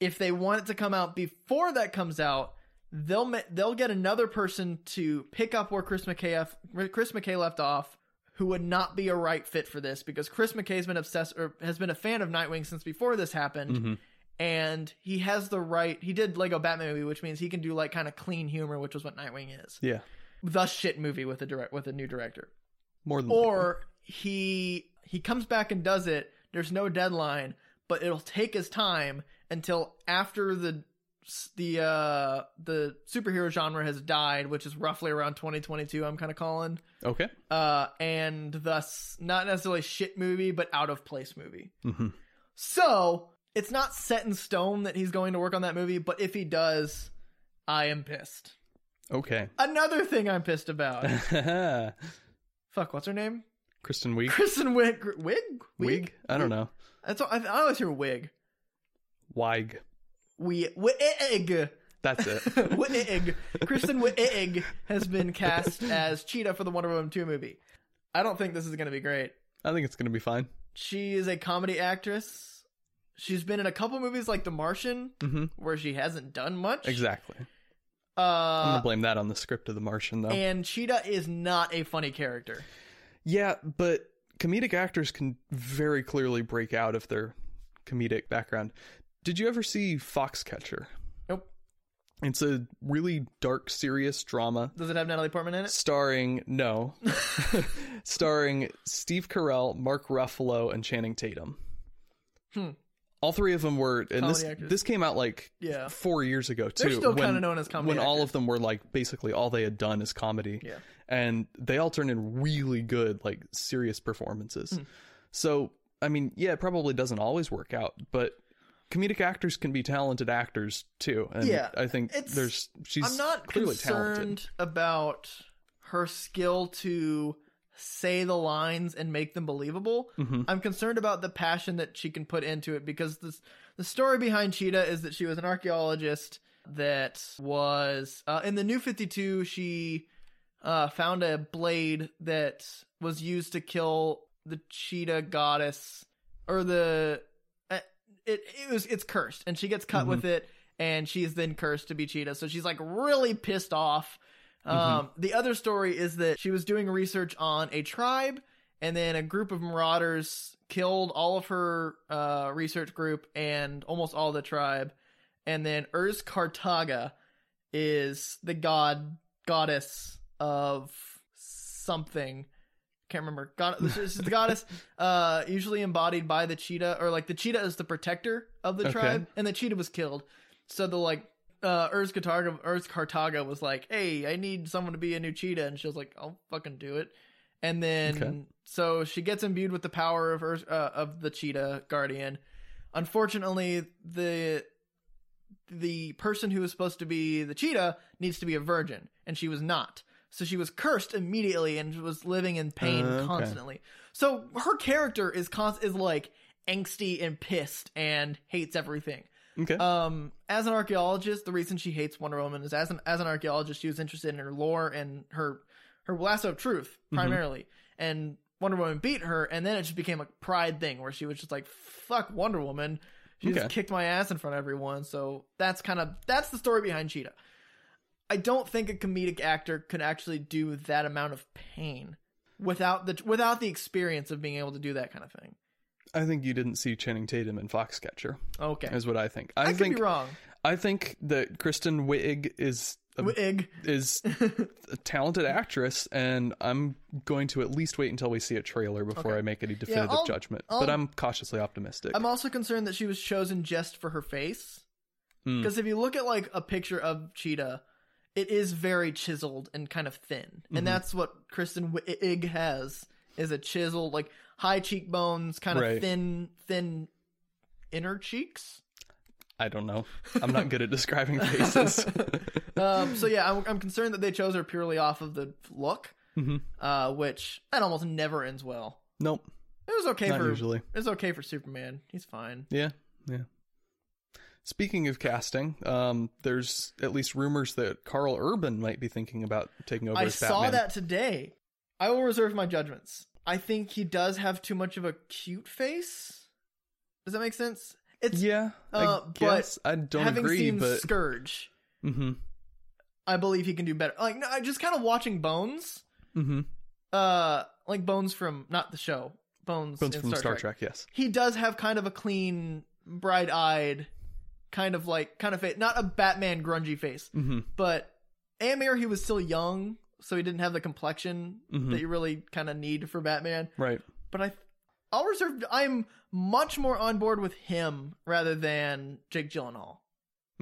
A: If they want it to come out before that comes out, they'll ma- they'll get another person to pick up where Chris McKay f- where Chris McKay left off, who would not be a right fit for this because Chris McKay's been obsessed or has been a fan of Nightwing since before this happened
B: hmm
A: and he has the right. He did Lego Batman movie, which means he can do like kind of clean humor, which was what Nightwing is.
B: Yeah.
A: The shit movie with a direct with a new director,
B: More than likely.
A: or he he comes back and does it. There's no deadline, but it'll take his time until after the the uh the superhero genre has died, which is roughly around 2022. I'm kind of calling,
B: okay.
A: uh, and thus not necessarily shit movie, but out of place movie.
B: hmm
A: So it's not set in stone that he's going to work on that movie, but if he does, I am pissed.
B: Okay.
A: Another thing I'm pissed about.
B: Chris
A: Fuck, what's her name?
B: Kristen Wiig.
A: Kristen Wig. Wig?
B: Wiig? I don't know.
A: That's all, I, I always hear wig.
B: Wig.
A: We wig.
B: That's it.
A: Wig. Kristen Wig has been cast as Cheetah for the Wonder Woman 2 movie. I don't think this is going to be great.
B: I think it's gonna be fine.
A: She is a comedy actress. She's been in a couple movies like The Martian,
B: Mm-hmm.
A: where she hasn't done much.
B: Exactly. I'm
A: Uh,
B: gonna blame that on the script of The Martian, though.
A: and Cheetah is not a funny character.
B: yeah, but comedic actors can very clearly break out of their comedic background. Did you ever see Foxcatcher?
A: Nope.
B: It's a really dark, serious drama
A: Does it have Natalie Portman in it?
B: starring no, starring Steve Carell, Mark Ruffalo, and Channing Tatum.
A: Hmm.
B: All three of them were, and
A: Comedy
B: this
A: actors.
B: this came out like
A: Yeah.
B: four years ago too.
A: They're still
B: when-
A: kind of known as comedy.
B: when all
A: actors.
B: of them were like basically all they had done is comedy
A: Yeah.
B: and they all turned in really good like serious performances
A: Hmm.
B: so i mean yeah it probably doesn't always work out but comedic actors can be talented actors too and
A: Yeah,
B: i think
A: it's-
B: there's she's
A: I'm not
B: clearly
A: concerned
B: talented
A: about her skill to say the lines and make them believable.
B: hmm
A: I'm concerned about the passion that she can put into it because this, the story behind Cheetah is that she was an archaeologist that was uh, in the New 52. She uh, found a blade that was used to kill the cheetah goddess or the uh, it it was it's cursed and she gets cut with it and she's then cursed to be cheetah so she's like really pissed off um the other story is that she was doing research on a tribe and then a group of marauders killed all of her uh research group and almost all the tribe and then Urs Cartaga is the god goddess of something. Can't remember. God, this is the goddess, uh, usually embodied by the cheetah, or like the cheetah is the protector of the
B: Okay.
A: tribe, and the cheetah was killed. So the like uh, Urs Cartaga, Urs Cartaga was like, "Hey, I need someone to be a new cheetah," and she was like, "I'll fucking do it." And then
B: Okay.
A: so she gets imbued with the power of Urs, uh, of the cheetah guardian. Unfortunately, the the person who was supposed to be the cheetah needs to be a virgin, and she was not. So she was cursed immediately and was living in pain
B: Uh, okay.
A: constantly. So her character is const- is like angsty and pissed and hates everything.
B: Mm-hmm. okay
A: Um, as an archaeologist, the reason she hates Wonder Woman is as an as an archaeologist, she was interested in her lore and her her lasso of truth
B: Mm-hmm.
A: primarily. And Wonder Woman beat her, and then it just became a pride thing where she was just like, "Fuck Wonder Woman." She just
B: Okay.
A: kicked my ass in front of everyone. So that's kind of that's the story behind Cheetah. I don't think a comedic actor could actually do that amount of pain without the without the experience of being able to do that kind of thing.
B: i think you didn't see channing tatum in foxcatcher
A: Okay,
B: is what i think
A: I,
B: i,
A: could
B: think
A: be wrong.
B: i think that kristen wiig is a
A: Wig.
B: is a talented actress, and I'm going to at least wait until we see a trailer before
A: Okay.
B: I make any definitive
A: I'll-
B: judgment.
A: I'll-
B: but I'm cautiously optimistic.
A: I'm also concerned that she was chosen just for her face.
B: Mm.
A: Because if you look at like a picture of Cheetah, it is very chiseled and kind of thin,
B: Mhm.
A: and that's what Kristen Wiig has is a chiseled, like high cheekbones, kind of
B: Right.
A: thin, thin inner cheeks.
B: I don't know. I'm not good at describing faces.
A: Um, so yeah, I'm, I'm concerned that they chose her purely off of the look,
B: Mhm.
A: uh, which that almost never ends well.
B: Nope,
A: It was okay
B: not
A: for
B: usually.
A: it was okay for Superman. He's fine.
B: Yeah, yeah. Speaking of casting, um, there's at least rumors that Carl Urban might be thinking about taking over
A: I
B: as
A: saw
B: Batman.
A: that today. I will reserve my judgments. I think he does have too much of a cute face. Does that make sense? It's
B: Yeah,
A: Uh,
B: I
A: but
B: guess I don't
A: having
B: agree,
A: seen
B: but
A: Scourge.
B: mm-hmm,
A: I believe he can do better. Like no, I just kind of watching Bones,
B: mm-hmm.
A: uh, like Bones from not the show, Bones,
B: Bones
A: in
B: from
A: Star, Trek.
B: Yes.
A: He does have kind of a clean, bright-eyed, kind of like kind of face, not a Batman grungy face,
B: Mm-hmm.
A: but Amir he was still young, so he didn't have the complexion
B: Mhm.
A: that you really kind of need for Batman.
B: Right.
A: but I, I'll reserve. I'm much more on board with him rather than Jake Gyllenhaal.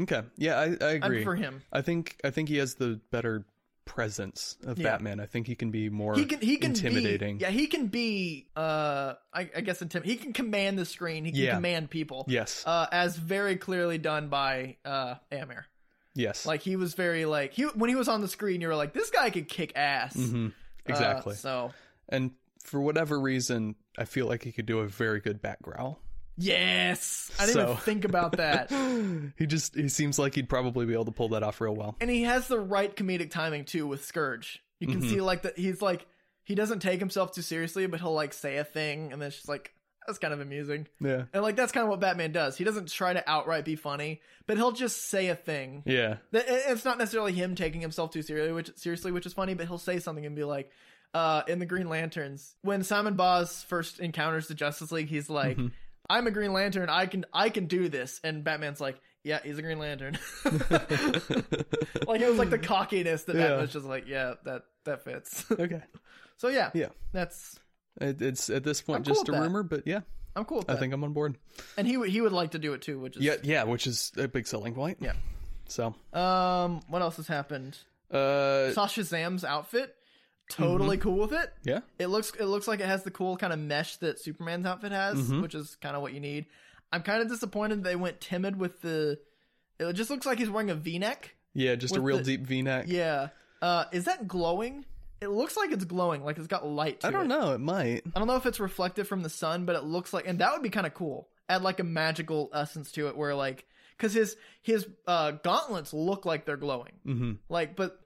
B: Okay. Yeah, I, I
A: I
B: agree.
A: prefer him.
B: I think I think he has the better presence of
A: Yeah.
B: Batman. I think he can be more
A: He can. He can
B: intimidating.
A: Be, yeah, he can be. Uh, I, I guess intim- He can command the screen. He can
B: Yeah.
A: command people.
B: Yes.
A: Uh, as very clearly done by uh Amir.
B: yes.
A: Like he was very like uh, he when he was on the screen, you were like, this guy could kick ass.
B: Mhm.
A: Uh,
B: Mm-hmm. Exactly.
A: so
B: and for whatever reason, I feel like he could do a very good back growl.
A: Yes, I didn't even
B: So-
A: think about that.
B: he just he seems like he'd probably be able to pull that off real well.
A: and he has the right comedic timing too with Scourge. You can
B: Mhm.
A: see like that he's like he doesn't take himself too seriously, but he'll like say a thing, and then she's like, "That's kind of amusing."
B: Yeah.
A: And like that's kind of what Batman does. He doesn't try to outright be funny, but he'll just say a thing.
B: Yeah.
A: Th- and It's not necessarily him taking himself too seriously, which seriously, which is funny, but he'll say something and be like, uh, in the Green Lanterns, when Simon Boz first encounters the Justice League, he's like,
B: Mhm.
A: "I'm a Green Lantern. I can, I can do this." And Batman's like, "Yeah, he's a Green Lantern." like it was like the cockiness that
B: Yeah.
A: Batman's just like, "Yeah, that that fits."
B: okay.
A: so yeah,
B: Yeah.
A: that's
B: It, it's at this point
A: I'm cool
B: just
A: with
B: a
A: that.
B: rumor, but yeah,
A: I'm cool with
B: I
A: that.
B: think I'm on board.
A: And he would he would like to do it too, which is
B: Yeah, yeah, which is a big selling point.
A: Yeah.
B: So,
A: Um, what else has happened?
B: uh, mm-hmm.
A: Sasha Zam's outfit, totally cool with it.
B: yeah,
A: It looks it looks like it has the cool kind of mesh that Superman's outfit has,
B: Mhm.
A: which is kind of what you need. I'm kind of disappointed they went timid with the. It just looks like he's wearing a V-neck.
B: yeah, just a
A: With
B: real
A: the-
B: deep V-neck.
A: Yeah. Uh, is that glowing? It looks like it's glowing, like it's got light. To
B: I don't
A: it.
B: know. It might.
A: I don't know if it's reflected from the sun, but it looks like, and that would be kind of cool. Add like a magical essence to it, where like, because his his uh, gauntlets look like they're glowing.
B: Mm-hmm.
A: Like, but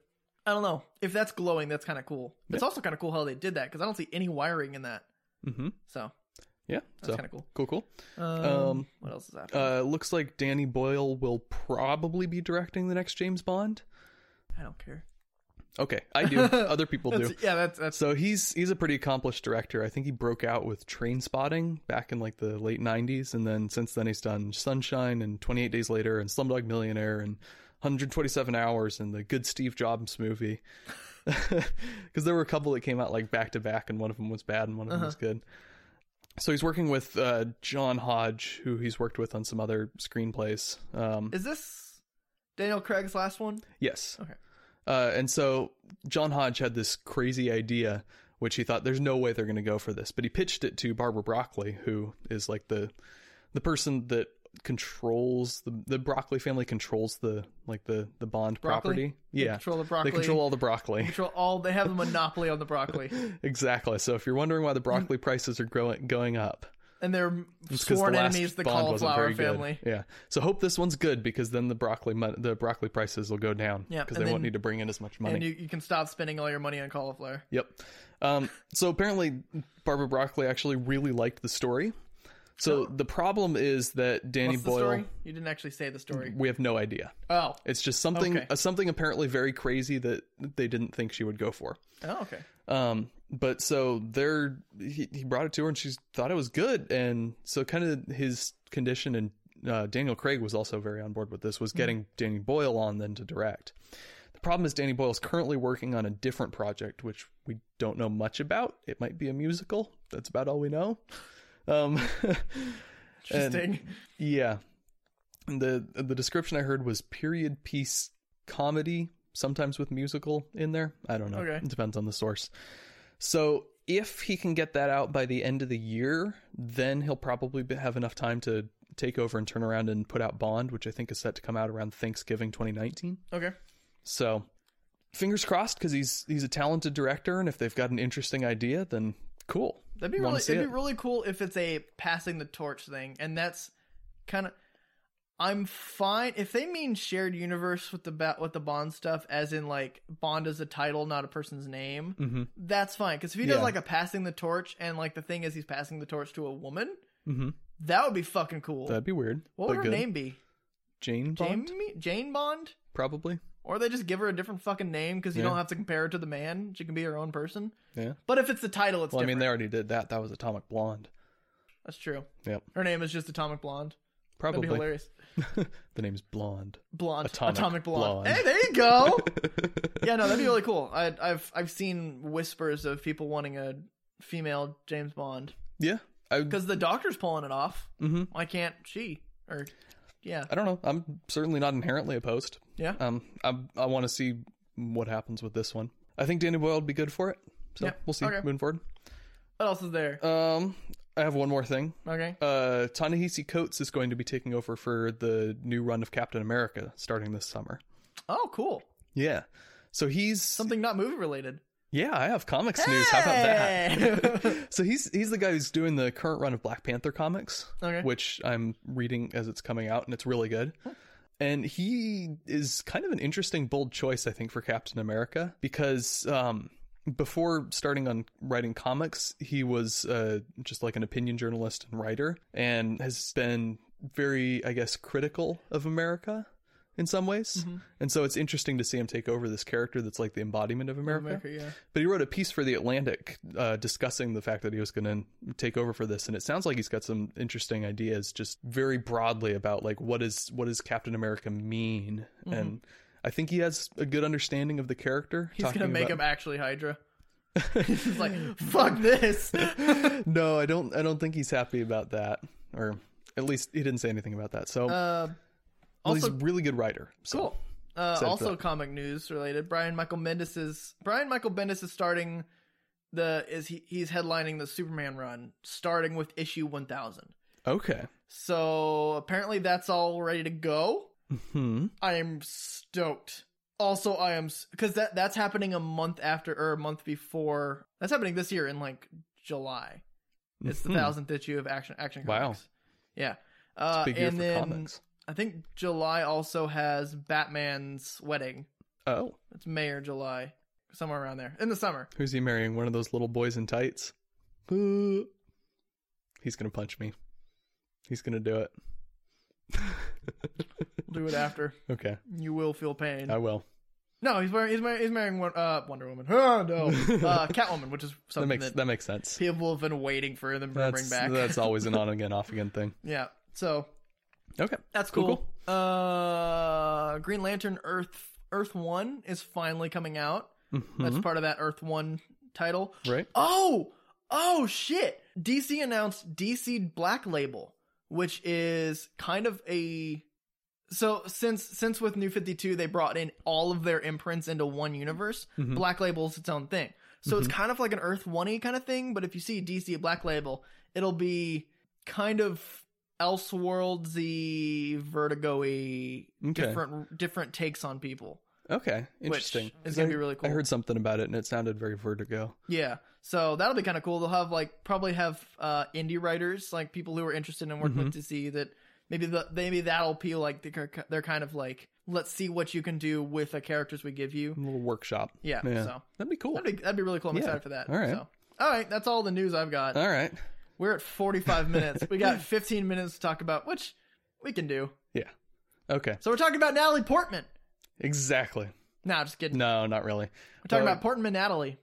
A: I don't know if that's glowing. That's kind of cool. It's also kind of cool how they did that because I don't see any wiring in that.
B: Mm-hmm.
A: So
B: Yeah.
A: that's
B: so
A: kind of cool.
B: cool, cool.
A: Um,
B: Um,
A: what else is that?
B: Uh, looks like Danny Boyle will probably be directing the next James Bond.
A: I don't care.
B: Okay, I do. Other people do.
A: That's- yeah, that's that's
B: So he's he's a pretty accomplished director. I think he broke out with Train Spotting back in like the late '90s, and then since then he's done Sunshine and 28 Days Later and Slumdog Millionaire and 127 Hours and the Good Steve Jobs movie. Because there were a couple that came out like back to back, and one of them was bad and one of them was good. So he's working with uh, John Hodge, who he's worked with on some other screenplays. Um,
A: is this Daniel Craig's last one?
B: Yes.
A: Okay.
B: Uh, and so John Hodge had this crazy idea, which he thought there's no way they're going to go for this, but he pitched it to Barbara Broccoli, who is like the the person that controls the the Broccoli family controls the like the the Bond
A: Broccoli?
B: property.
A: They
B: Yeah,
A: control the broccoli.
B: they control all the broccoli.
A: control all. They have a monopoly on the broccoli,
B: exactly. So if you're wondering why the broccoli prices are growing going up,
A: and their
B: it's because
A: sworn
B: the last
A: enemies, the
B: Bond wasn't
A: cauliflower
B: very good.
A: family.
B: Yeah. So hope this one's good because then the broccoli mon- the broccoli prices will go down
A: Yeah,
B: because
A: and
B: they won't
A: then-
B: need to bring in as much money.
A: And you, you can stop spending all your money on cauliflower.
B: Yep. Um, so apparently, Barbara Broccoli actually really liked the story. So the problem is that Danny
A: What's the
B: Boyle.
A: story? You didn't actually say the story.
B: We have no idea.
A: Oh.
B: It's just something
A: Okay.
B: uh, something apparently very crazy that they didn't think she would go for.
A: Oh, okay.
B: Um, but so there, he, he brought it to her, and she thought it was good. And so kind of his condition, and uh, Daniel Craig was also very on board with this, was getting Danny Boyle on then to direct. The problem is Danny Boyle's currently working on a different project, which we don't know much about. It might be a musical. That's about all we know. Um,
A: Interesting.
B: yeah, and the the description I heard was period piece comedy, sometimes with musical in there. I don't know.
A: Okay.
B: It depends on the source. So if he can get that out by the end of the year, then he'll probably be- have enough time to take over and turn around and put out Bond, which I think is set to come out around Thanksgiving 2019.
A: okay.
B: So fingers crossed because he's he's a talented director, and if they've got an interesting idea, then cool.
A: That'd be
B: Wanna
A: really.
B: see
A: It'd be
B: it?
A: really cool if it's a passing the torch thing, and that's kind of. I'm fine if they mean shared universe with the ba- with the Bond stuff, as in like Bond is a title, not a person's name.
B: Mm-hmm.
A: That's fine because if he does
B: Yeah.
A: like a passing the torch, and like the thing is he's passing the torch to a woman,
B: Mm-hmm.
A: that would be fucking cool.
B: That'd be weird.
A: what would
B: but
A: her
B: good.
A: name be?
B: Jane Bond,
A: Jamie Jane Bond,
B: probably.
A: or they just give her a different fucking name because you
B: Yeah.
A: don't have to compare her to the man. She can be her own person.
B: Yeah.
A: But if it's the title, it's
B: Well, I mean,
A: different.
B: they already did that. That was Atomic Blonde.
A: That's true.
B: Yep.
A: Her name is just Atomic Blonde. That'd
B: Probably.
A: be hilarious.
B: the name's Blonde.
A: Blonde.
B: Atomic
A: Atomic, blonde.
B: Blonde.
A: Hey, there you go. yeah, no, that'd be really cool. I, I've I've seen whispers of people wanting a female James Bond
B: Yeah. I,
A: because the doctor's pulling it off.
B: Mhm.
A: Why can't she? Or yeah,
B: I don't know. I'm certainly not inherently opposed.
A: yeah,
B: Um, I, I want to see what happens with this one. I think Danny Boyle would be good for it. So
A: Yeah.
B: we'll see
A: Okay.
B: moving forward.
A: What else is there?
B: Um, I have one more thing.
A: Okay.
B: Uh, Ta-Nehisi Coates is going to be taking over for the new run of Captain America starting this summer.
A: Oh, cool.
B: Yeah. So he's
A: Something not movie related.
B: Yeah, I have comics news. How about that? so he's he's the guy who's doing the current run of Black Panther comics,
A: Okay.
B: which I'm reading as it's coming out, and it's really good. And he is kind of an interesting, bold choice, I think, for Captain America because um, before starting on writing comics, he was uh, just like an opinion journalist and writer, and has been very, I guess, critical of America in some ways. And so it's interesting to see him take over this character that's like the embodiment of America.
A: America, yeah.
B: But he wrote a piece for The Atlantic uh, discussing the fact that he was going to take over for this, and it sounds like he's got some interesting ideas, just very broadly about like what is what does Captain America mean,
A: Mm-hmm.
B: and I think he has a good understanding of the character.
A: He's gonna make him actually Hydra. He's like, fuck this.
B: No, I don't. I don't think he's happy about that, or at least he didn't say anything about that. So
A: Uh,
B: well, he's a
A: also-
B: really good writer. So.
A: cool. Uh,
B: Excited for
A: also,
B: that.
A: comic news related. Brian Michael Bendis is Brian Michael Bendis is starting the is he he's headlining the Superman run starting with issue one thousand.
B: Okay.
A: So apparently that's all ready to go.
B: Hmm.
A: I am stoked. Also, I am because that that's happening a month after or a month before. That's happening this year in like July. It's the
B: Mhm.
A: thousandth issue of Action Action
B: Wow.
A: Comics. Yeah, uh,
B: Big year
A: and
B: for
A: then
B: comics.
A: I think July also has Batman's wedding.
B: Oh,
A: It's May or July, somewhere around there in the summer.
B: who's he marrying? One of those little boys in tights. Uh, He's gonna punch me. He's gonna do it.
A: Do it after.
B: Okay,
A: You will feel pain.
B: I will.
A: No, he's wearing he's marrying, he's marrying one, uh, Wonder Woman. Oh no, uh, Catwoman, which is
B: That
A: something
B: makes
A: that,
B: that makes sense.
A: people have been waiting for them to
B: That's
A: bring back.
B: that's always an on again, off again thing.
A: yeah. So
B: Okay,
A: That's
B: Cool,
A: cool. Uh, Green Lantern Earth Earth One is finally coming out. That's part of that Earth One title.
B: Mm-hmm. right?
A: Oh, oh shit! DC announced DC Black Label, which is kind of a so since since with New Fifty Two they brought in all of their imprints into one universe.
B: Mhm.
A: Black Label's its own thing, so it's kind of like an Earth One y kind of thing. But if you see DC Black Label, it'll be kind of Elseworldsy, Vertigo-y,
B: Okay.
A: different different takes on people.
B: Okay, interesting.
A: is gonna
B: I-
A: be really cool.
B: I heard something about it, and it sounded very Vertigo.
A: Yeah. So that'll be kind of cool. They'll have like probably have uh indie writers, like people who are interested in working
B: Mm-hmm.
A: with DC that maybe the, maybe that'll appeal like they're, they're kind of like let's see what you can do with the characters we give you.
B: A little workshop.
A: Yeah. So
B: that'd be cool.
A: that'd be that'd be really cool. I'm
B: Yeah. Uh,
A: excited for that.
B: All right.
A: So all right, that's all the news I've got.
B: All right.
A: We're at 45 minutes. We got 15 minutes to talk about which we can do.
B: Okay.
A: So we're talking about Natalie Portman.
B: Exactly.
A: Nah, just kidding.
B: No, not really.
A: We're talking
B: Uh,
A: about Portman Natalie.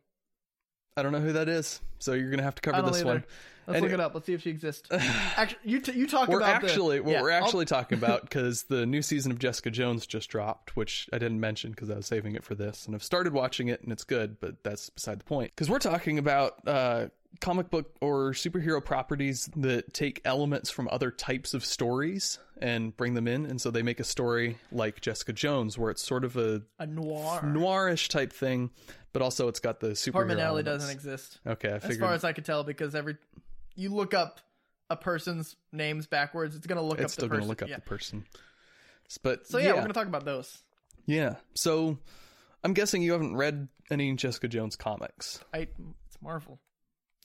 B: I don't know who that is, so you're gonna have to cover
A: I don't
B: this
A: either.
B: one.
A: Let's
B: anyway-
A: look it up. Let's see if she exists. actually, you t- you talk
B: we're
A: about the-
B: actually what
A: Yeah, Oh,
B: we're
A: I'll-
B: actually talking about because the new season of Jessica Jones just dropped, which I didn't mention because I was saving it for this, and I've started watching it and it's good, but that's beside the point. Because we're talking about uh, comic book or superhero properties that take elements from other types of stories and bring them in, and so they make a story like Jessica Jones, where it's sort of a
A: a noir.
B: noirish type thing, but also it's got the superhero.
A: Portman Alley
B: elements.
A: doesn't exist,
B: Okay, I
A: as
B: figured
A: far as I could tell, because every you look up a person's names backwards, it's gonna look
B: it's
A: up the
B: still
A: person.
B: going to look up
A: yeah.
B: the person. S- But
A: so yeah, we're gonna talk about those.
B: Yeah. So I'm guessing you haven't read any Jessica Jones comics.
A: I it's Marvel.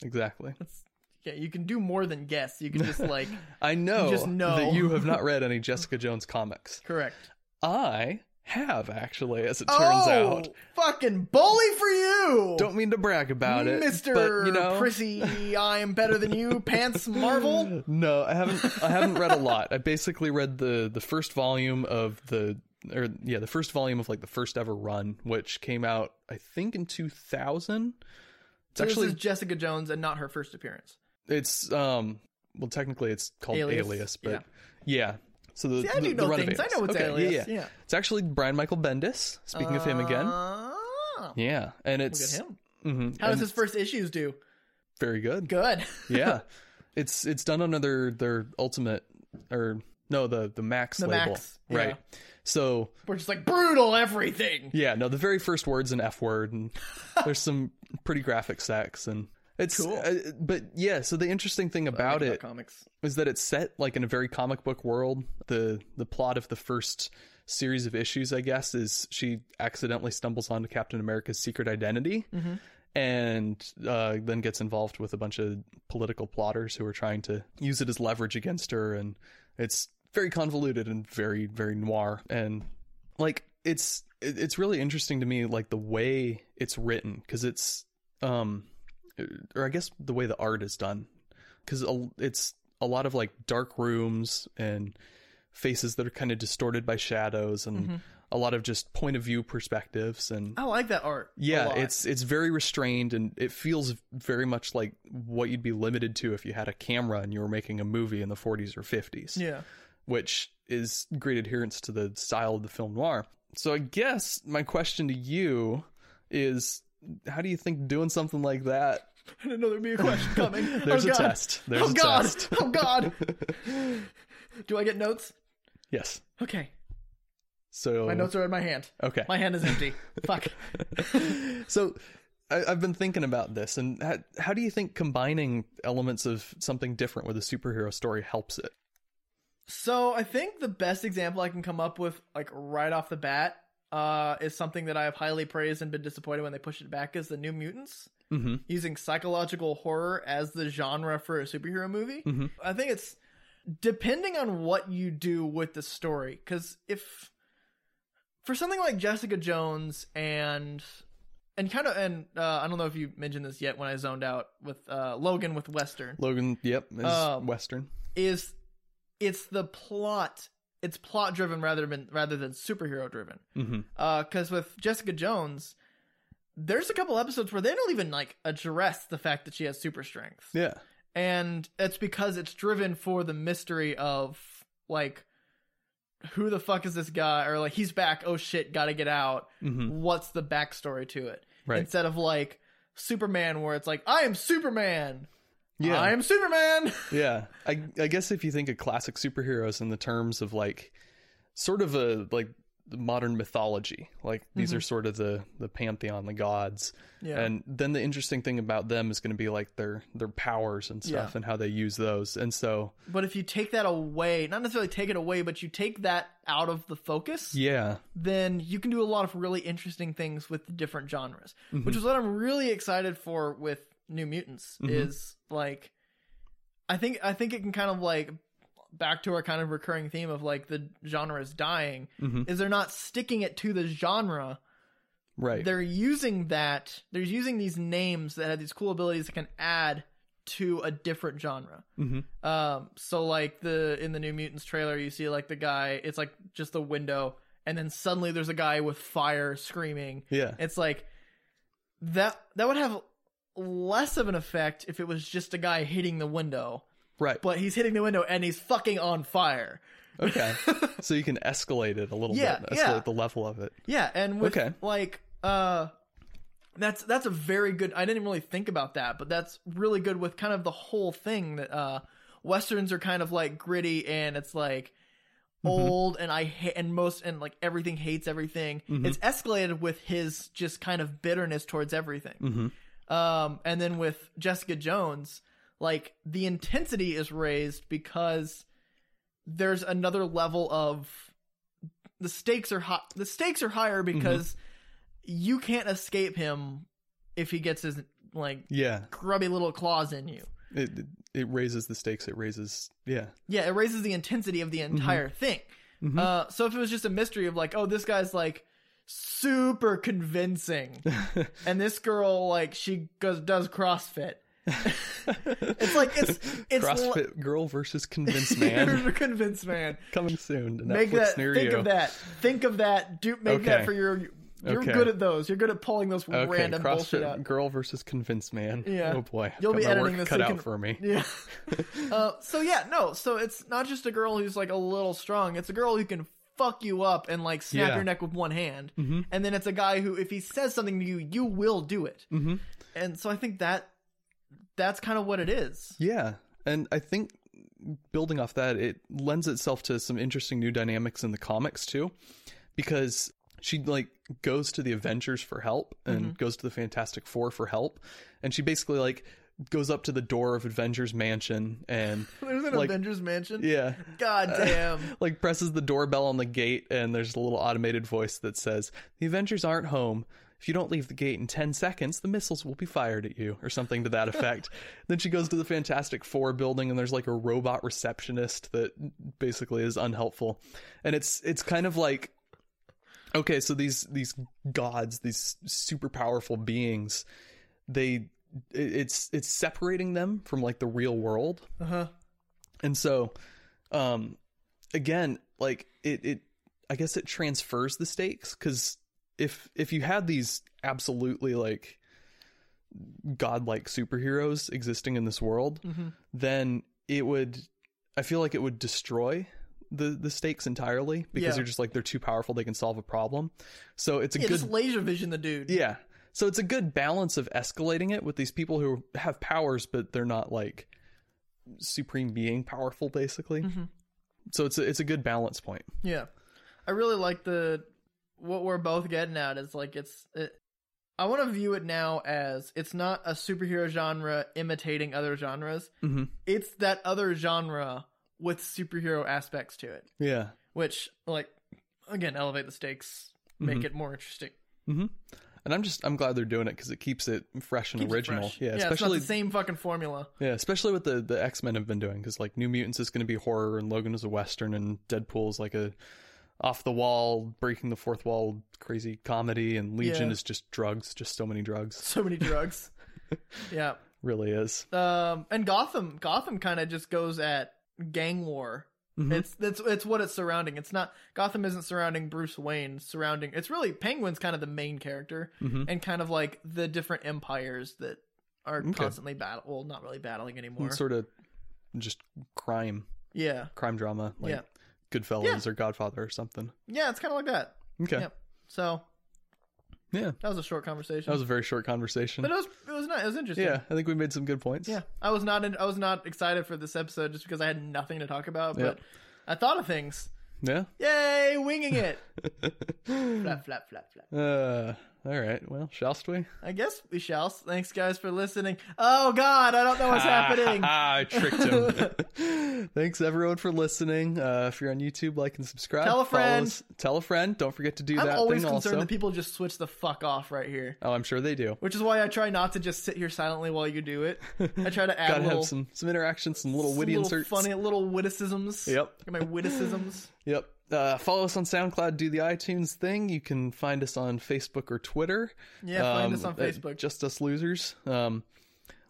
B: Exactly.
A: It's, yeah, you can do more than guess. You can just like
B: I know,
A: just know.
B: that you have not read any Jessica Jones comics.
A: correct.
B: I have actually, as it turns
A: oh,
B: out.
A: fucking bully for you,
B: Don't mean to brag about it,
A: Mister
B: but, you know,
A: Prissy. I am better than you, pants Marvel.
B: No, I haven't. I haven't read a lot. I basically read the the first volume of the or yeah, the first volume of like the first ever run, which came out I think in two thousand. It's
A: So
B: actually
A: this is Jessica Jones and not her first appearance.
B: it's um well technically it's called alias,
A: Alias,
B: but yeah, so the,
A: See, I
B: the,
A: do
B: the
A: know
B: run of
A: things. I know it's
B: Okay,
A: Alias.
B: yeah, yeah.
A: yeah.
B: it's actually brian michael bendis speaking of him again
A: Ah,
B: yeah and
A: Look at
B: it's
A: him.
B: mhm,
A: How does
B: and
A: his first issues do?
B: it's very good,
A: Good.
B: yeah it's it's done under their their ultimate or no the the max
A: The
B: label
A: Max,
B: right so
A: We're just like brutal everything.
B: yeah no the very first word's an f word and there's some pretty graphic sex and It's
A: Cool.
B: uh, but yeah. So the interesting thing about
A: Like,
B: it
A: about
B: is
A: comics.
B: that it's set like in a very comic book world. The the plot of the first series of issues, I guess, is she accidentally stumbles onto Captain America's secret identity.
A: Mhm.
B: And uh, then gets involved with a bunch of political plotters who are trying to use it as leverage against her, and it's very convoluted and very very noir. And like it's it- it's really interesting to me like the way it's written because it's um or i guess the way the art is done because it's a lot of like dark rooms and faces that are kind of distorted by shadows and a lot of just point of view perspectives and
A: I like that art. Mm-hmm. Oh, a
B: yeah
A: lot.
B: it's it's very restrained and it feels very much like what you'd be limited to if you had a camera and you were making a movie in the 40s or 50s
A: yeah.
B: which is great adherence to the style of the film noir. So I guess my question to you is how do you think doing something like that
A: I didn't know there'd be a question coming.
B: there's
A: oh,
B: a
A: God.
B: test. There's
A: oh
B: a
A: God!
B: test.
A: Oh God! Do I get notes?
B: Yes.
A: Okay,
B: So
A: my notes are in my hand.
B: Okay.
A: My hand is empty. Fuck.
B: so I, I've been thinking about this and how, how do you think combining elements of something different with a superhero story helps it?
A: So I think the best example I can come up with, like right off the bat, uh, is something that I have highly praised and been disappointed when they pushed it back is the New Mutants
B: Mm-hmm.
A: using psychological horror as the genre for a superhero movie.
B: Mhm.
A: I think it's depending on what you do with the story, because if for something like Jessica Jones and and kind of and uh, I don't know if you mentioned this yet when I zoned out with uh, Logan with Western
B: Logan, yep, is
A: Um,
B: Western.
A: is it's the plot it's plot driven rather than rather than superhero driven
B: Mm-hmm.
A: because with jessica jones there's a couple episodes where they don't even like address the fact that she has super strength
B: Yeah.
A: and it's because it's driven for the mystery of like who the fuck is this guy or like he's back oh shit gotta get out
B: Mm-hmm.
A: what's the backstory to it
B: Right.
A: instead of like superman where it's like i am superman
B: yeah.
A: i am superman
B: yeah I, I guess if you think of classic superheroes in the terms of like sort of a like modern mythology like these
A: Mhm.
B: are sort of the the pantheon the gods
A: yeah
B: and then the interesting thing about them is going to be like their their powers and stuff
A: Yeah.
B: and how they use those and so
A: But if you take that away, not necessarily take it away, but you take that out of the focus,
B: yeah
A: then you can do a lot of really interesting things with the different genres,
B: Mm-hmm.
A: which is what I'm really excited for with New Mutants
B: Mhm.
A: is like I think I think it can kind of like back to our kind of recurring theme of like the genre is dying
B: Mhm.
A: is they're not sticking it to the genre
B: right
A: they're using that they're using these names that have these cool abilities that can add to a different genre
B: mm-hmm.
A: um, so like the in the New Mutants trailer, you see like the guy. It's like just the window, and then suddenly there's a guy with fire screaming.
B: yeah
A: It's like that. That would have less of an effect if it was just a guy hitting the window.
B: right
A: But he's hitting the window and he's fucking on fire.
B: okay so you can escalate it a little
A: Yeah,
B: bit escalate
A: yeah.
B: the level of it
A: Yeah, and with
B: Okay.
A: like uh that's that's a very good I didn't really think about that, but that's really good with kind of the whole thing that uh westerns are kind of like gritty and it's like
B: Mhm.
A: old and I ha- and most and like everything hates everything.
B: Mhm.
A: It's escalated with his just kind of bitterness towards everything.
B: mm-hmm.
A: Um, and then with Jessica Jones, like the intensity is raised because there's another level of the stakes are hot. The stakes are higher because you can't escape him if he gets his like
B: yeah
A: grubby little claws in you.
B: it, it- it raises the stakes it raises yeah
A: Yeah, it raises the intensity of the entire thing.
B: Mhm.
A: Uh, so if it was just a mystery of like, oh, this guy's like super convincing, and this girl like she goes does CrossFit. It's like it's it's li-
B: CrossFit girl versus convince man
A: You're a convinced man.
B: coming soon to Netflix
A: Make that.
B: near
A: Think
B: you.
A: of that. Think of that. Do make that
B: Okay.
A: for your. You're
B: Okay.
A: good at those. You're good at pulling those
B: Okay,
A: random bullshit
B: CrossFit
A: out.
B: girl versus convince man.
A: Yeah.
B: Oh boy, I've
A: You'll
B: got
A: be
B: my
A: editing
B: work
A: this
B: cut
A: so you
B: out
A: can-
B: for me.
A: Yeah. uh, so yeah, no. So it's not just a girl who's like a little strong. It's a girl who can fuck you up and like snap
B: Yeah.
A: your neck with one hand.
B: Mhm.
A: And then it's a guy who, if he says something to you, you will do it.
B: Mm-hmm.
A: And so I think that that's kind of what it is.
B: Yeah, and I think building off that, it lends itself to some interesting new dynamics in the comics too, because she like
A: Mm-hmm.
B: goes to the Avengers for help and goes to the Fantastic Four for help, and she basically like goes up to the door of Avengers Mansion and
A: There's an
B: Like-
A: Avengers mansion.
B: yeah,
A: God damn.
B: like presses the doorbell on the gate and there's a little automated voice that says, "The Avengers aren't home." If you don't leave the gate in 10 seconds, the missiles will be fired at you, or something to that effect. then she goes to the Fantastic Four building, and there's like a robot receptionist that basically is unhelpful. And it's it's kind of like okay so these these gods these super powerful beings they it- it's it's separating them from like the real world
A: Uh-huh.
B: and so um again like it it i guess it transfers the stakes because if if you had these absolutely like godlike superheroes existing in this world
A: Mm-hmm.
B: then it would i feel like it would destroy the the stakes entirely because
A: Yeah.
B: you're just like they're too powerful they can solve a problem so it's a
A: Yeah,
B: good
A: just laser vision the dude.
B: yeah so it's a good balance of escalating it with these people who have powers but they're not like supreme being powerful basically
A: Mm-hmm.
B: so it's a, it's a good balance point
A: Yeah, I really like the what we're both getting at is like it's. It, I want to view it now as it's not a superhero genre imitating other genres.
B: mm-hmm.
A: It's that other genre with superhero aspects to it,
B: yeah
A: which like again elevate the stakes, make
B: Mm-hmm.
A: it more interesting. Mm-hmm.
B: and i'm just i'm glad they're doing it because it keeps it fresh and
A: Keeps it
B: original
A: fresh.
B: yeah,
A: yeah,
B: especially
A: it's not the same fucking formula.
B: yeah especially what the the x-men have been doing because like new mutants is going to be horror and logan is a western and deadpool is like a off the wall breaking the fourth wall crazy comedy and legion
A: Yeah.
B: is just drugs just so many drugs
A: So many drugs. yeah,
B: really is
A: um, and Gotham, Gotham kind of just goes at gang war.
B: Mhm.
A: It's that's it's what it's surrounding. It's not Gotham isn't surrounding Bruce Wayne. it's Surrounding it's really Penguin's kind of the main character,
B: Mhm.
A: and kind of like the different empires that are
B: Okay.
A: constantly battle. Well, not really battling anymore.
B: sort of just crime
A: yeah,
B: crime drama like
A: Yeah.
B: Goodfellas or Godfather or something.
A: yeah, it's kind of like that.
B: Okay.
A: Yep. So
B: Yeah.
A: that was a short conversation,
B: That was a very short conversation.
A: but it was it was not it was interesting.
B: Yeah, I think we made some good points.
A: Yeah, I was not in, I was not excited for this episode just because I had nothing to talk about, but
B: Yep.
A: I thought of things.
B: Yeah.
A: Yay, winging it. flap, flap, flap, flap.
B: Uh, all right. Well, shallst we?
A: I guess we shall. Thanks, guys, for listening. Oh, God, I don't know what's happening.
B: I tricked him. Thanks everyone for listening. Uh, if you're on YouTube, like and subscribe.
A: Tell a
B: Follow
A: friend.
B: us- Tell a friend. Don't forget to do
A: I'm
B: that
A: always
B: thing
A: concerned
B: also.
A: that people just switch the fuck off right here,
B: oh, I'm sure they do.
A: which is why I try not to just sit here silently while you do it. I try to add
B: Gotta
A: little,
B: have some some interaction, some little
A: some
B: witty
A: little
B: inserts.
A: funny little witticisms.
B: Yep.
A: My witticisms.
B: Yep. Uh, follow us on SoundCloud. Do the iTunes thing. You can find us on Facebook or Twitter. Um,
A: Yeah, find us on
B: at
A: Facebook.
B: Just us losers. Um,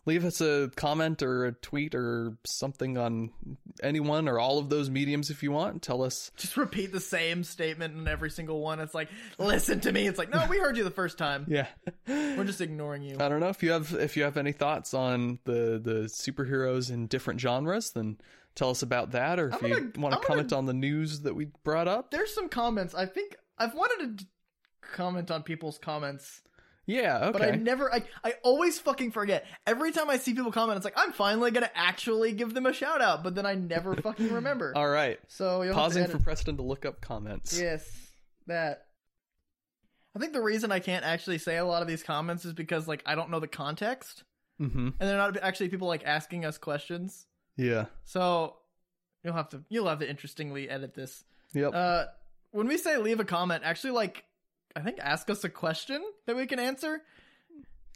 B: leave us a comment or a tweet or something on anyone or all of those mediums if you want. Tell us.
A: Just repeat the same statement in every single one. It's like, listen to me. It's like, no, we heard you the first time.
B: Yeah.
A: We're just ignoring you.
B: I don't know if you have if you have any thoughts on the the superheroes in different genres. Then tell us about that, or if
A: I'm
B: you
A: gonna-
B: want
A: I'm gonna-
B: to comment on the news that we brought up.
A: There's some comments. I think I've wanted to d- comment on people's comments.
B: Yeah.
A: But
B: Okay.
A: I never, I, I always fucking forget. Every time I see people comment, it's like, I'm finally gonna actually give them a shout out, but then I never fucking remember.
B: all right.
A: so, you'll have to
B: Pausing for
A: edit-
B: Preston to look up comments.
A: Yes, that. I think the reason I can't actually say a lot of these comments is because, like, I don't know the context,
B: Mm-hmm.
A: and they're not actually people, like, asking us questions.
B: Yeah.
A: So, you'll have to, you'll have to interestingly edit this.
B: Yep.
A: Uh, when we say leave a comment, actually, like, I think ask us a question that we can answer.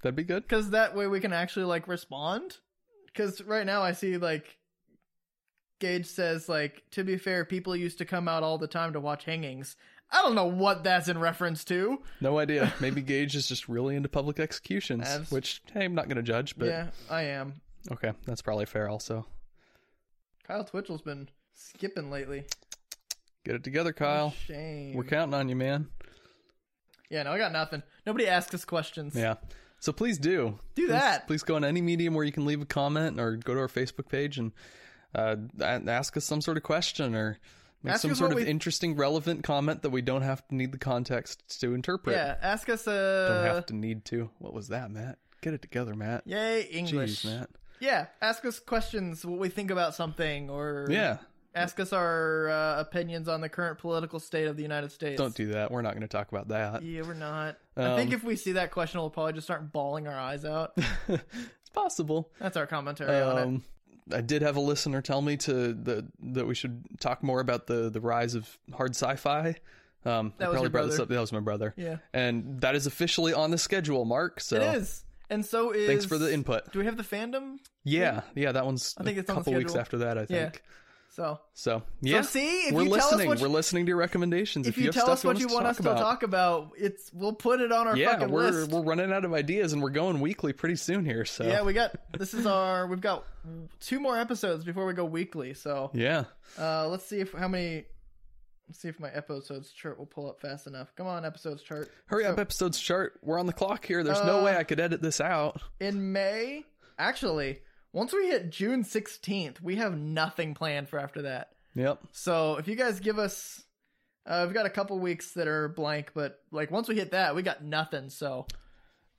B: That'd be good.
A: because that way we can actually like respond because right now i see like gage says like to be fair people used to come out all the time to watch hangings i don't know what that's in reference to
B: No idea. Maybe Gage is just really into public executions,
A: Abs-
B: which hey, I'm not going to judge, but
A: yeah i am
B: okay, that's probably fair also.
A: kyle twitchell's been skipping lately
B: Get it together, Kyle.
A: shame
B: We're counting on you, man.
A: yeah no i got nothing nobody asks us questions
B: Yeah. So please do.
A: Do
B: Please-
A: that.
B: Please go on any medium where you can leave a comment or go to our Facebook page and uh, a- ask us some sort of question or make
A: Ask
B: some
A: us
B: sort of
A: what we-
B: interesting, relevant comment that we don't have to need the context to interpret.
A: yeah ask us
B: Don't
A: uh
B: have to need to. What was that, Matt? Get it together, Matt.
A: yay english
B: Jeez, Matt.
A: yeah ask us questions what we think about something or
B: Yeah.
A: ask us our uh, opinions on the current political state of the united states
B: Don't do that. We're not going to talk about that.
A: Yeah, we're not. I think
B: Um,
A: if we see that question, we'll probably just start bawling our eyes out.
B: It's possible.
A: That's our commentary on it.
B: Um, I did have a listener tell me to the that we should talk more about the the rise of hard sci-fi. Um,
A: That
B: I
A: was
B: probably
A: your
B: brought this
A: brother.
B: up. That was my brother.
A: Yeah.
B: and that is officially on the schedule, Mark. So
A: It is. And so is.
B: thanks for the input.
A: Do we have the fandom?
B: Yeah, yeah, that one's
A: I think
B: a
A: it's on the
B: couple weeks
A: schedule.
B: after that. I
A: Yeah.
B: think.
A: So.
B: So yeah,
A: So see, if
B: we're
A: you tell us
B: listening.
A: what
B: we're listening to your recommendations.
A: if, you,
B: have
A: tell
B: stuff
A: us what you want us to
B: about,
A: talk about, it's we'll put it on our
B: yeah,
A: fucking
B: we're
A: list.
B: we're running out of ideas, and we're going weekly pretty soon here. So
A: Yeah, we got this is our we've got two more episodes before we go weekly. So
B: yeah.
A: uh, let's see if how many. Let's see if my episodes chart will pull up fast enough. Come on, episodes chart.
B: Hurry up,
A: So,
B: episodes chart. We're on the clock here. There's no
A: Uh,
B: way I could edit this out.
A: In May, actually, once we hit June sixteenth, we have nothing planned for after that.
B: Yep.
A: So if you guys give us, uh, we've got a couple weeks that are blank, but like once we hit that, we got nothing. So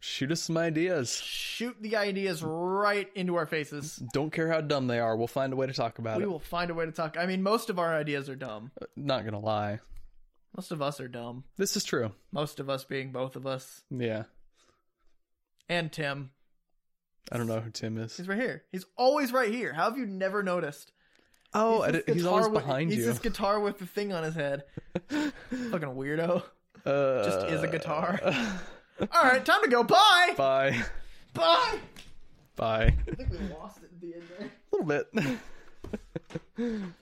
B: Shoot us some ideas.
A: shoot the ideas right into our faces.
B: Don't care how dumb they are. We'll find a way to talk about
A: We
B: it.
A: will find a way to talk. I mean, most of our ideas are dumb.
B: Not gonna lie.
A: Most of us are dumb.
B: This is true.
A: Most of us being both of us
B: Yeah.
A: and Tim.
B: I don't know who Tim is.
A: He's right here. He's always right here. How have you never noticed?
B: Oh, I
A: this
B: did- he's
A: guitar
B: always
A: with-
B: behind
A: He's
B: you.
A: this guitar with the thing on his head. Fucking weirdo.
B: Uh,
A: Just is a guitar. All right, time to go. Bye. Bye.
B: Bye. Bye. A
A: I think we lost it at the end there.
B: little bit.